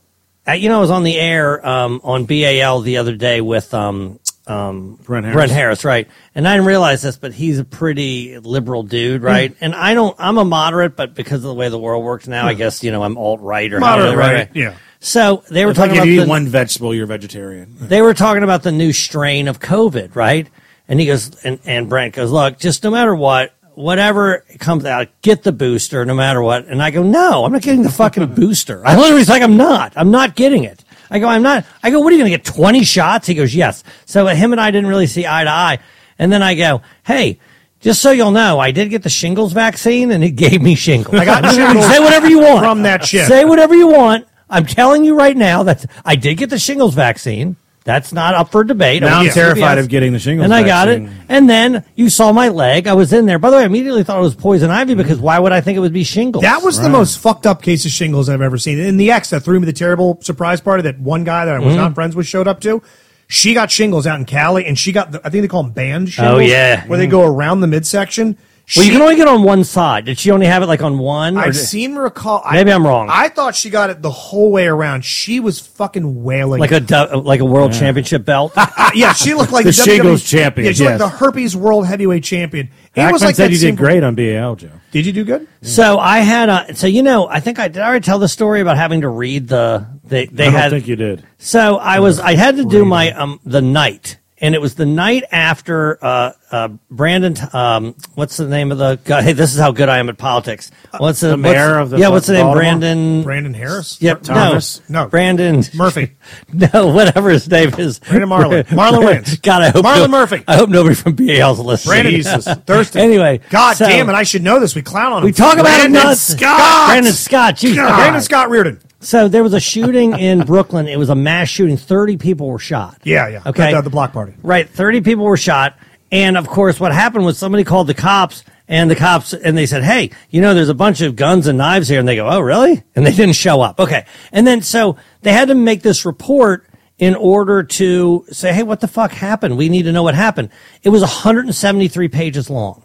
Speaker 7: uh, you know, I was on the air um, on BAL the other day with um, um,
Speaker 6: Brent Harris.
Speaker 7: Brent Harris, right? And I didn't realize this, but he's a pretty liberal dude,
Speaker 6: Hmm.
Speaker 7: right? And I don't, I'm a moderate, but because of the way the world works now, I
Speaker 6: Hmm.
Speaker 7: guess you know I'm alt right or
Speaker 5: Moderate,
Speaker 7: however-
Speaker 5: right, yeah.
Speaker 7: So they were
Speaker 6: If I
Speaker 7: talking
Speaker 6: give
Speaker 7: about
Speaker 6: you
Speaker 7: the-
Speaker 6: one vegetable, you're vegetarian.
Speaker 7: they were talking about the new strain of COVID, right? And he goes, and, and Brent goes, look, just no matter what, whatever comes out, get the booster, no matter what. And I go, no, I'm not getting the fucking booster. I literally was like, I'm not. I'm not getting it. I go, I'm not. I go, what are you going to get? 20 shots? He goes, yes. So him and I didn't really see eye to eye. And then I go, hey, just so you'll know, I did get the shingles vaccine and it gave me shingles. I
Speaker 5: got shingles
Speaker 7: Say whatever you want.
Speaker 5: from that shit.
Speaker 7: Say whatever you want. I'm telling you right now that I did get the shingles vaccine. That's not up for debate.
Speaker 6: Now
Speaker 7: I
Speaker 6: I'm
Speaker 7: was
Speaker 6: terrified
Speaker 7: CVS,
Speaker 6: of getting the shingles
Speaker 7: And I got it.
Speaker 6: vaccine.
Speaker 7: And then you saw my leg. I was in there. By the way, I immediately thought it was poison ivy because why would I think it would be shingles?
Speaker 5: That was the most fucked up case of shingles I've ever seen. In the X that threw me the terrible surprise party that one guy that I
Speaker 6: Mm-hmm.
Speaker 5: was not friends with showed up to. She got shingles out in Cali, and she got the, I think they call them band shingles.
Speaker 7: Oh, yeah.
Speaker 6: Mm.
Speaker 5: where they go around the midsection.
Speaker 7: Well,
Speaker 5: She-
Speaker 7: you can only get on one side. Did she only have it like on one?
Speaker 5: I
Speaker 7: Or did-
Speaker 5: seem to recall. I-
Speaker 7: Maybe I'm wrong.
Speaker 5: I thought she got it the whole way around. She was fucking wailing.
Speaker 7: like a du- like a world championship belt.
Speaker 5: Uh, yeah, she looked like
Speaker 6: The
Speaker 5: WWE
Speaker 6: shingles champion,
Speaker 5: E Yeah, she looked
Speaker 6: yes.
Speaker 5: like the herpes world heavyweight champion. It
Speaker 6: Hackman
Speaker 5: was like
Speaker 6: said
Speaker 5: that
Speaker 6: you did
Speaker 5: single-
Speaker 6: great on BAL, Joe.
Speaker 5: Did you do good?
Speaker 7: So I had a so you know I think I did I already tell the story about having to read the they
Speaker 6: I
Speaker 7: they
Speaker 6: don't
Speaker 7: had
Speaker 6: think you did.
Speaker 7: So I was I had to do my um the night and it was the night after uh uh Brandon um what's the name of the guy hey this is how good I am at politics
Speaker 5: Uh,
Speaker 7: what's the,
Speaker 6: The
Speaker 7: what's-
Speaker 6: mayor of the-
Speaker 7: yeah what's the name
Speaker 6: Baltimore?
Speaker 7: Brandon
Speaker 5: Brandon Harris.
Speaker 7: Yep,
Speaker 6: Thomas?
Speaker 7: No,
Speaker 5: No.
Speaker 7: Brandon
Speaker 5: Murphy.
Speaker 7: No, whatever his name is.
Speaker 5: Brandon Marlon. Marlon Wayans.
Speaker 7: God, I hope
Speaker 5: Marlon
Speaker 7: no-
Speaker 5: Murphy.
Speaker 7: I hope nobody from BAL's listening.
Speaker 5: Brandon Thurston.
Speaker 7: Anyway,
Speaker 5: God
Speaker 7: so-
Speaker 5: damn it! I should know this. We clown on him.
Speaker 7: We talk about
Speaker 5: Brandon
Speaker 7: him nuts.
Speaker 5: Scott.
Speaker 7: Brandon Scott. Jeez,
Speaker 5: God. Brandon Scott Reardon.
Speaker 7: So there was a shooting in Brooklyn. It was a mass shooting. Thirty people were shot.
Speaker 5: Yeah, yeah.
Speaker 7: Okay.
Speaker 5: At the- the block party.
Speaker 7: Right. Thirty people were shot, and of course, what happened was somebody called the cops, and the cops and they said, "Hey, you know, there's a bunch of guns and knives here," and they go, "Oh, really?" And they didn't show up. Okay. And then so they had to make this report in order to say, "Hey, what the fuck happened? We need to know what happened." It was 173 pages long.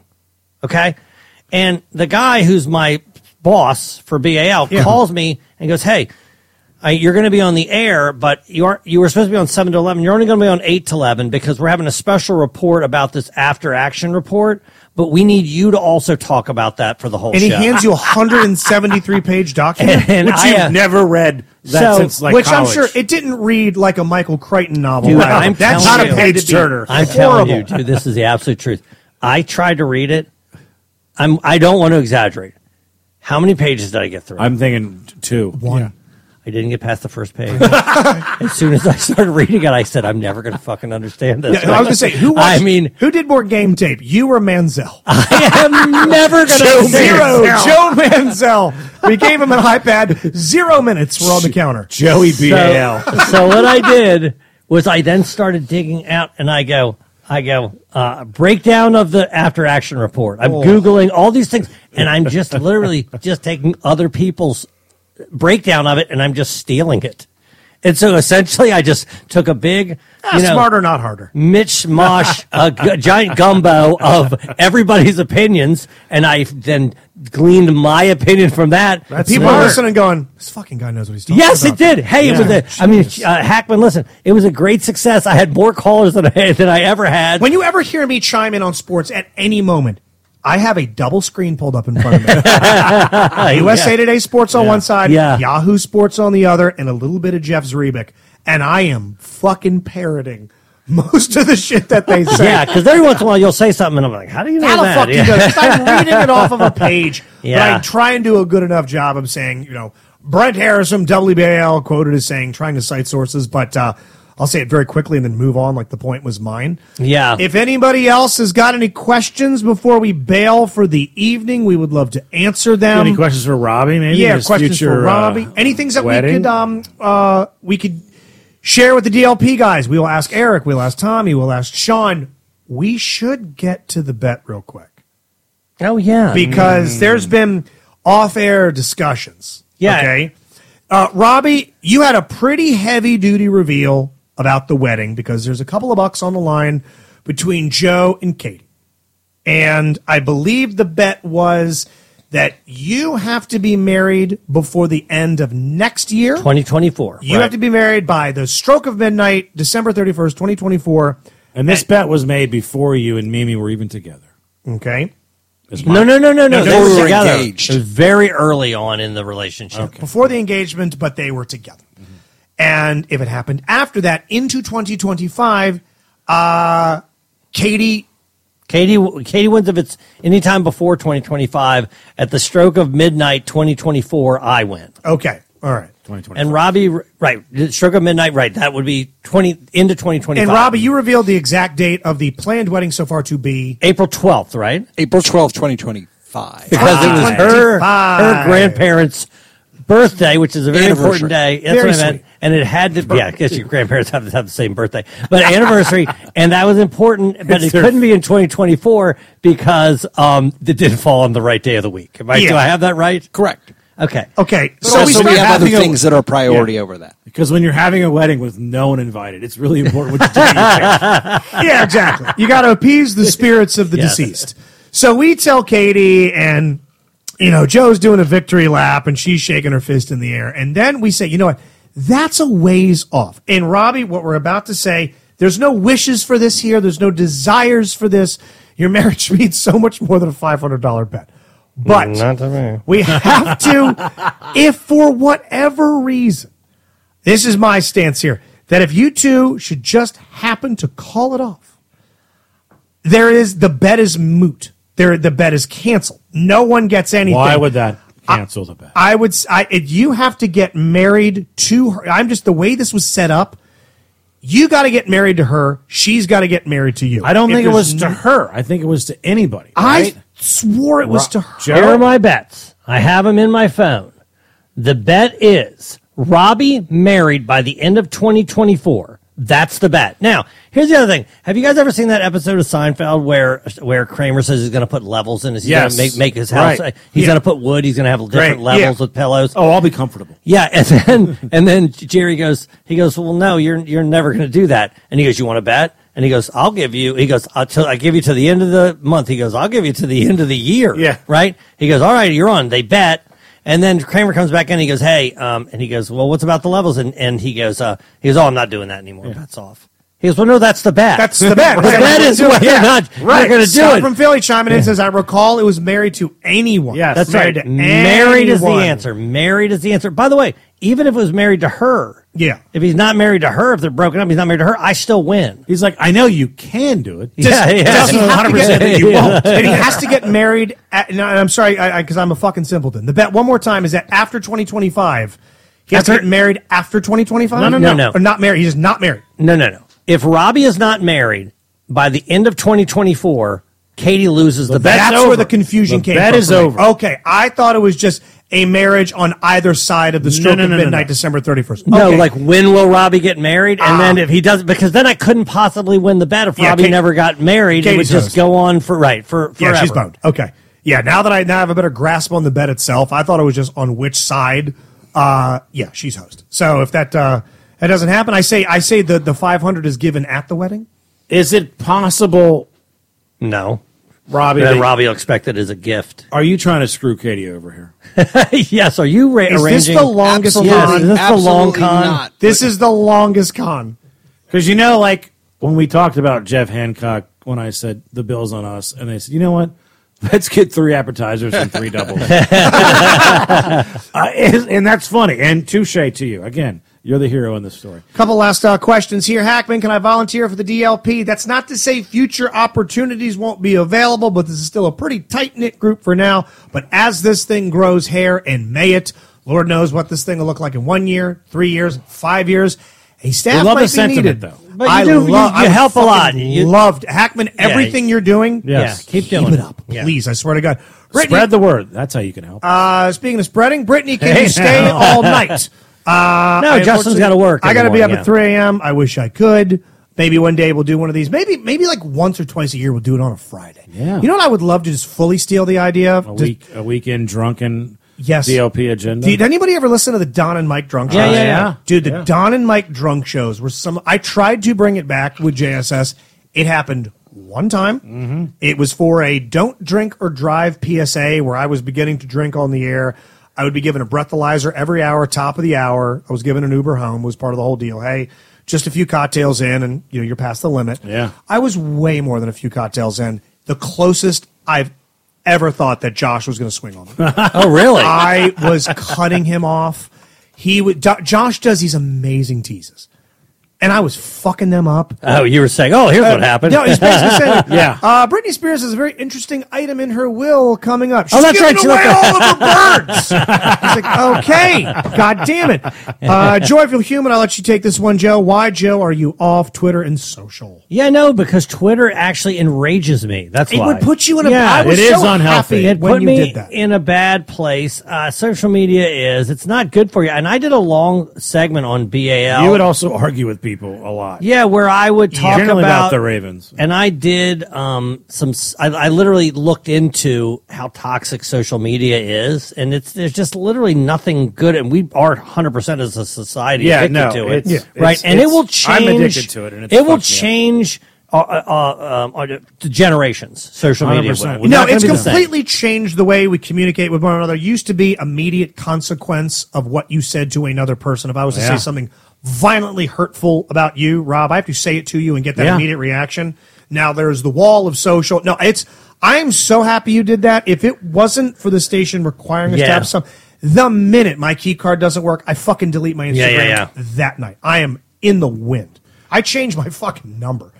Speaker 7: Okay. And the guy who's my boss for BAL calls me and goes, Hey, uh, you're going to be on the air, but you aren't, you were supposed to be on 7 to 11. You're only going to be on 8 to 11 because we're having a special report about this after action report, but we need you to also talk about that for the whole
Speaker 5: And he
Speaker 7: show.
Speaker 5: hands you a 173 page document,
Speaker 7: And
Speaker 5: which,
Speaker 7: I,
Speaker 5: you-
Speaker 7: uh,
Speaker 6: Never read that
Speaker 7: So-
Speaker 6: since like
Speaker 5: which I'm
Speaker 6: college.
Speaker 5: sure it didn't read like a Michael Crichton novel.
Speaker 7: Dude,
Speaker 5: Wow.
Speaker 7: I'm
Speaker 5: That's
Speaker 7: telling
Speaker 5: not
Speaker 7: you.
Speaker 5: a page turner.
Speaker 7: I'm
Speaker 5: Horrible.
Speaker 7: telling you, dude, this is the absolute truth. I tried to read it. I'm, I don't want to exaggerate. How many pages did I get through?
Speaker 6: I'm thinking t- two.
Speaker 8: One.
Speaker 7: I didn't get past the first page. as soon as I started reading it, I said, "I'm never going to fucking understand this."
Speaker 8: Yeah, I was gonna say who.
Speaker 7: I
Speaker 8: Watched,
Speaker 7: mean,
Speaker 8: who did more game tape, you or Manziel?
Speaker 7: I am never going to
Speaker 8: Zero. Joe Manziel. We gave him an iPad. Zero minutes. We're on the counter.
Speaker 6: Joey
Speaker 7: So, so what I did was I then started digging out, and I go, I go uh, breakdown of the after action report. I'm
Speaker 8: Oh.
Speaker 7: googling all these things, and I'm just literally just taking other people's breakdown of it, and I'm just stealing it. And so essentially, I just took a big,
Speaker 8: Ah,
Speaker 7: you know,
Speaker 8: Smarter, not harder.
Speaker 7: Mitch Mosh, a g- giant gumbo of everybody's opinions, and I then gleaned my opinion from that.
Speaker 8: People
Speaker 7: Smart.
Speaker 8: are listening, going, "This fucking guy knows what he's talking
Speaker 7: Yes,
Speaker 8: about."
Speaker 7: it did. Hey, it was
Speaker 8: Yeah.
Speaker 7: a. I mean, uh, Hackman, listen, it was a great success. I had more callers than I than I ever had.
Speaker 8: When you ever hear me chime in on sports at any moment, I have a double screen pulled up in front of me. USA Today Sports on one side,
Speaker 7: Yeah.
Speaker 8: Yahoo Sports on the other, and a little bit of Jeff Zrebeck. And I am fucking parroting most of the shit that they say.
Speaker 7: yeah, because every once in a while you'll say something, and I'm like, how do you know
Speaker 8: How the
Speaker 7: that?
Speaker 8: fuck
Speaker 7: Yeah.
Speaker 8: do you know? this? I'm reading it off of a page, but
Speaker 7: Yeah.
Speaker 8: I try and do a good enough job of saying, you know, Brent Harris from WBAL quoted as saying, trying to cite sources, but uh, I'll say it very quickly and then move on, like the point was mine.
Speaker 7: Yeah.
Speaker 8: If anybody else has got any questions before we bail for the evening, we would love to answer them.
Speaker 6: Any questions for Robbie? Maybe
Speaker 8: yeah,
Speaker 6: His
Speaker 8: questions for
Speaker 6: future, uh,
Speaker 8: Robbie. Anything that we
Speaker 6: wedding?
Speaker 8: could um uh we could share with the DLP guys. We will ask Eric. We'll ask Tommy. We'll ask Sean. We should get to the bet real quick
Speaker 7: Oh yeah,
Speaker 8: because there's been off-air discussions.
Speaker 7: Yeah.
Speaker 8: Okay. Uh, Robbie, you had a pretty heavy-duty reveal about the wedding because there's a couple of bucks on the line between Joe and Katie, and I believe the bet was that you have to be married before the end of next year.
Speaker 7: 2024.
Speaker 8: You have to be married by the stroke of midnight, December 31st, 2024.
Speaker 6: And this bet was made before you and Mimi were even together.
Speaker 8: Okay.
Speaker 7: No, no, no, no, no.
Speaker 1: they
Speaker 7: They were
Speaker 1: were
Speaker 7: together.
Speaker 1: engaged.
Speaker 7: It was very early on in the relationship.
Speaker 8: before the engagement, but they were together. And if it happened after that, into 2025, uh, Katie,
Speaker 7: Katie, Katie wins if it's anytime before 2025. At the stroke of midnight 2024, I win.
Speaker 8: okay, all right.
Speaker 7: And Robbie, right, the stroke of midnight, right, that would be 20 into 2025.
Speaker 8: And Robbie, you revealed the exact date of the planned wedding so far to be.
Speaker 7: April 12th, right?
Speaker 1: April twelfth, twenty Ah. 2025.
Speaker 7: Because it was her, her
Speaker 8: 25.
Speaker 7: grandparents' birthday, which is a very
Speaker 1: Anniversary.
Speaker 7: important day. That's
Speaker 8: Very
Speaker 7: what I meant.
Speaker 8: sweet.
Speaker 7: And it had to, yeah, I guess your grandparents have to have the same birthday, but anniversary, and that was important, but it
Speaker 6: their-
Speaker 7: couldn't be in 2024 because um, it didn't fall on the right day of the week. Am I, Do
Speaker 8: Yeah.
Speaker 7: I have that right?
Speaker 1: Correct.
Speaker 7: Okay.
Speaker 8: Okay,
Speaker 1: But also, we
Speaker 8: start
Speaker 1: have other
Speaker 8: having a-
Speaker 1: things that are priority over that.
Speaker 6: Because when you're having a wedding with no one invited, it's really important what you do.
Speaker 8: yeah, exactly. You got to appease the spirits of the
Speaker 7: Yes.
Speaker 8: deceased. So we tell Katie, and you know Joe's doing a victory lap, and she's shaking her fist in the air, and then we say, you know what? That's a ways off. And Robbie, what we're about to say, there's no wishes for this here. There's no desires for this. Your marriage means so much more than a five hundred dollar bet. But we have to, if for whatever reason, this is my stance here that if you two should just happen to call it off, there is the bet is moot. There, the bet is canceled. No one gets anything.
Speaker 6: Why would that cancel the bet?
Speaker 8: I would. s- I it- you have to get married to her. I'm just the way this was set up. You got to get married to her. She's got to get married to you.
Speaker 6: I don't
Speaker 8: If
Speaker 6: think it
Speaker 8: there's
Speaker 6: was to
Speaker 8: n-
Speaker 6: her. I think it was to anybody.
Speaker 8: I
Speaker 6: right?
Speaker 8: swore it was to her.
Speaker 6: Joe?
Speaker 7: Here are my bets. I have them in my phone. The bet is Robbie married by the end of 2024. That's the bet. Now, here's the other thing. Have you guys ever seen that episode of Seinfeld where where Kramer says he's going to put levels in? He's
Speaker 6: Yes.
Speaker 7: going to make, make his house.
Speaker 6: Right.
Speaker 7: He's going to put wood. He's going to have different
Speaker 8: Right. Yeah.
Speaker 7: levels with pillows.
Speaker 6: Oh, I'll be comfortable.
Speaker 7: Yeah, and then and then Jerry goes. He goes. Well, no, you're you're never going to do that. And he goes, you want to bet? And he goes, I'll give you. He goes, I'll till I give you to the end of the month. He goes, I'll give you to the end of the year.
Speaker 6: Yeah.
Speaker 7: right. He goes, all right, you're on. They bet. And then Kramer comes back in. He goes, hey, um, and he goes, well, what's about the levels? And and he goes, uh, he goes, oh, I'm not doing that anymore. That's off. He goes, well, no, that's the bet.
Speaker 8: That's the bet.
Speaker 7: that is whether or not
Speaker 8: Right.
Speaker 7: you're going to do
Speaker 8: Scott
Speaker 7: it.
Speaker 8: from Philly chiming in says, I recall it was married to anyone.
Speaker 6: Yes. That's
Speaker 8: That's married
Speaker 6: right.
Speaker 8: to
Speaker 7: Married is the
Speaker 8: anyone.
Speaker 7: answer. Married is the answer. By the way, even if it was married to her.
Speaker 8: Yeah.
Speaker 7: If he's not married to her, if they're broken up, he's not married to her. I still win.
Speaker 6: He's like, I know you can do it.
Speaker 7: Yeah,
Speaker 8: Just-
Speaker 7: yeah.
Speaker 8: just
Speaker 7: Yeah.
Speaker 8: 100% that you
Speaker 7: Yeah.
Speaker 8: won't. And he has to get married. At, no, I'm sorry, because I, am a fucking simpleton. The bet one more time is that after 2025, he has to
Speaker 7: After-
Speaker 8: get married after 2025.
Speaker 7: No, no, no, no.
Speaker 8: Or not married. He's just not married.
Speaker 7: No, no, no. If Robbie is not married by the end of 2024, Katie loses the bet.
Speaker 8: That's where the confusion
Speaker 6: The
Speaker 8: came.
Speaker 6: bet
Speaker 8: from
Speaker 6: is
Speaker 8: for me.
Speaker 6: over.
Speaker 8: Okay, I thought it was just a marriage on either side of the stroke
Speaker 6: no,
Speaker 8: of
Speaker 6: no, no,
Speaker 8: midnight,
Speaker 6: no.
Speaker 8: December 31st.
Speaker 7: No,
Speaker 8: Oh, Okay. Ah.
Speaker 7: like when will Robbie get married? And then if he doesn't, because then I couldn't possibly win the bet if
Speaker 8: Yeah,
Speaker 7: Robbie
Speaker 8: Kate-
Speaker 7: never got married. it would
Speaker 8: Katie's
Speaker 7: just
Speaker 8: hosed.
Speaker 7: go on for right for forever.
Speaker 8: Yeah, she's boned. Okay. Yeah, now that I now have a better grasp on the bet itself, I thought it was just on which side. Uh, yeah, she's host. So if that uh, that doesn't happen, I say I say the the five hundred is given at the wedding.
Speaker 6: Is it possible,
Speaker 7: No,
Speaker 6: Robbie?
Speaker 7: then
Speaker 6: that-
Speaker 7: Robbie will expect it as a gift.
Speaker 6: Are you trying to screw Katie over here?
Speaker 7: yes. Are you ra-
Speaker 8: Is
Speaker 7: arranging?
Speaker 8: this the longest
Speaker 1: Absolutely,
Speaker 8: con?
Speaker 7: Yes, this is the long
Speaker 1: absolutely
Speaker 7: con.
Speaker 1: Not.
Speaker 8: This is the longest con.
Speaker 6: Because you know, like when we talked about Jeff Hancock, when I said the bill's on us, and they said, you know what? Let's get three appetizers and three doubles. Uh, and, and that's funny. And touche to you. Again, you're the hero in this story.
Speaker 8: Couple last uh, questions here. Hackman, can I volunteer for the DLP? That's not to say future opportunities won't be available, but this is still a pretty tight knit group for now. But as this thing grows hair and may it, Lord knows what this thing will look like in one year, three years, five years. A staff
Speaker 6: We love
Speaker 8: might
Speaker 6: the
Speaker 8: be
Speaker 6: sentiment,
Speaker 8: needed,
Speaker 6: though.
Speaker 7: But you do- you- you
Speaker 8: would
Speaker 7: help a lot.
Speaker 8: fucking
Speaker 7: You-
Speaker 8: loved Hackman. Everything you're doing,
Speaker 6: Yes.
Speaker 7: Yeah, keep doing
Speaker 8: it
Speaker 7: it.
Speaker 8: up,
Speaker 7: Yeah.
Speaker 8: please. I swear to God. Brittany,
Speaker 6: Spread the word. That's how you can help.
Speaker 8: uh, speaking of spreading, Brittany, can
Speaker 7: Hey,
Speaker 8: you stay
Speaker 7: now.
Speaker 8: all night? Uh,
Speaker 7: No,
Speaker 8: I
Speaker 7: Justin's
Speaker 8: unfortunately-
Speaker 7: gotta work
Speaker 8: I got to be
Speaker 7: everyone,
Speaker 8: up at
Speaker 7: yeah.
Speaker 8: 3 a.m. I wish I could. Maybe one day we'll do one of these. Maybe maybe like once or twice a year we'll do it on a Friday.
Speaker 6: Yeah.
Speaker 8: You know what I would love to just fully steal the idea of?
Speaker 6: a
Speaker 8: Just-
Speaker 6: week, a weekend drunken.
Speaker 8: Yes.
Speaker 6: DLP agenda.
Speaker 8: Did anybody ever listen to the Don and Mike drunk
Speaker 7: Yeah,
Speaker 8: shows?
Speaker 7: yeah, yeah.
Speaker 8: Dude, the Don and Mike drunk shows were some. I tried to bring it back with JSS. It happened one time. It was for a don't drink or drive PSA where I was beginning to drink on the air. I would be given a breathalyzer every hour, top of the hour. I was given an Uber home, was part of the whole deal. Hey, just a few cocktails in, and you know you're past the limit.
Speaker 6: Yeah.
Speaker 8: I was way more than a few cocktails in. The closest I've ever thought that Josh was going to swing on me.
Speaker 7: Oh, really?
Speaker 8: I was cutting him off. He would. Do- Josh does these amazing teases, and I was fucking them up.
Speaker 7: oh, you were saying, oh, here's what happened.
Speaker 8: Uh, No, he's basically saying,
Speaker 6: Yeah.
Speaker 8: Uh, Britney Spears has a very interesting item in her will coming
Speaker 6: Oh,
Speaker 8: up. She's
Speaker 7: that's
Speaker 8: giving
Speaker 7: right, she
Speaker 8: away
Speaker 7: left
Speaker 8: all of her birds. He's like, okay, god damn it. Uh, Joyful Human, I'll let you take this one, Joe. Why, Joe, are you off Twitter and social?
Speaker 7: yeah, no, because Twitter actually enrages me. That's
Speaker 8: It
Speaker 7: why
Speaker 8: would put you in a.
Speaker 7: Yeah,
Speaker 8: I was
Speaker 6: it is
Speaker 8: so
Speaker 6: unhealthy.
Speaker 8: happy
Speaker 7: it
Speaker 8: when
Speaker 7: put
Speaker 8: you
Speaker 7: me
Speaker 8: did that.
Speaker 7: in a bad place. Uh, social media is it's not good for you. And I did a long segment on BAL.
Speaker 6: you would also argue with people a lot.
Speaker 7: yeah, where I would talk
Speaker 6: Generally about
Speaker 7: about
Speaker 6: the Ravens.
Speaker 7: and I did um, some. s- I, I literally looked into how toxic social media is, and it's there's just literally nothing good, and we are 100 percent as a society
Speaker 6: Yeah,
Speaker 7: addicted
Speaker 6: no,
Speaker 7: to it,
Speaker 6: it's- Yeah.
Speaker 7: right?
Speaker 6: it's-
Speaker 7: and it will
Speaker 6: it's- I'm
Speaker 7: change.
Speaker 6: addicted to it, and it's
Speaker 7: it will
Speaker 6: fucked me up.
Speaker 7: change uh, uh, um, uh, to generations. Social media.
Speaker 6: 100%.
Speaker 7: will.
Speaker 8: No,
Speaker 7: Not gonna
Speaker 8: it's
Speaker 7: be the same.
Speaker 8: completely changed the way we communicate with one another. It used to be immediate consequence of what you said to another person. If I was to
Speaker 6: Yeah.
Speaker 8: say something violently hurtful about you, Rob, I have to say it to you and get that
Speaker 6: Yeah.
Speaker 8: immediate reaction. Now there's the wall of social. No, it's. I'm so happy you did that. If it wasn't for the station requiring us to
Speaker 7: Yeah.
Speaker 8: have some, the minute my key card doesn't work, I fucking delete my Instagram
Speaker 7: Yeah, yeah, yeah.
Speaker 8: that night. I am in the wind. I changed my fucking number.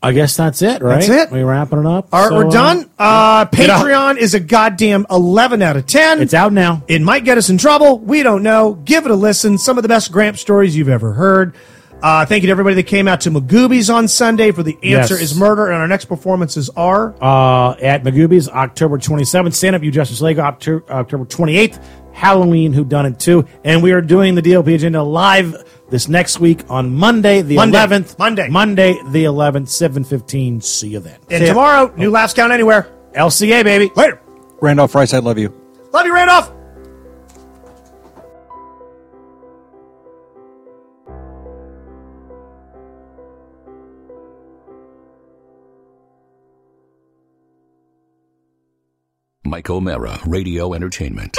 Speaker 6: I guess that's it, right?
Speaker 8: That's it.
Speaker 6: We wrapping it up.
Speaker 8: All right,
Speaker 6: So,
Speaker 8: we're
Speaker 6: uh,
Speaker 8: done. Uh,
Speaker 6: out.
Speaker 8: Patreon is a goddamn 11 out of 10.
Speaker 6: It's out now.
Speaker 8: It might get us in trouble. We don't know. Give it a listen. Some of the best Gramp stories you've ever heard. Uh, thank you to everybody that came out to Magoobies on Sunday for the
Speaker 6: Yes.
Speaker 8: answer is murder, and our next performances are.
Speaker 6: uh, at Magoobies, October 27th. Stand Up You Justice League, October, October 28th. Halloween Who Done It Too. And we are doing the DLP Agenda live this next week on Monday, the
Speaker 8: Monday.
Speaker 6: 11th.
Speaker 8: Monday.
Speaker 6: Monday, the 11th, 7.15. See you then.
Speaker 8: and tomorrow, new laughs count anywhere.
Speaker 6: LCA, baby.
Speaker 8: Later.
Speaker 1: Randolph Rice, I love you.
Speaker 8: Love you, Randolph.
Speaker 2: Mike O'Mara, Radio Entertainment.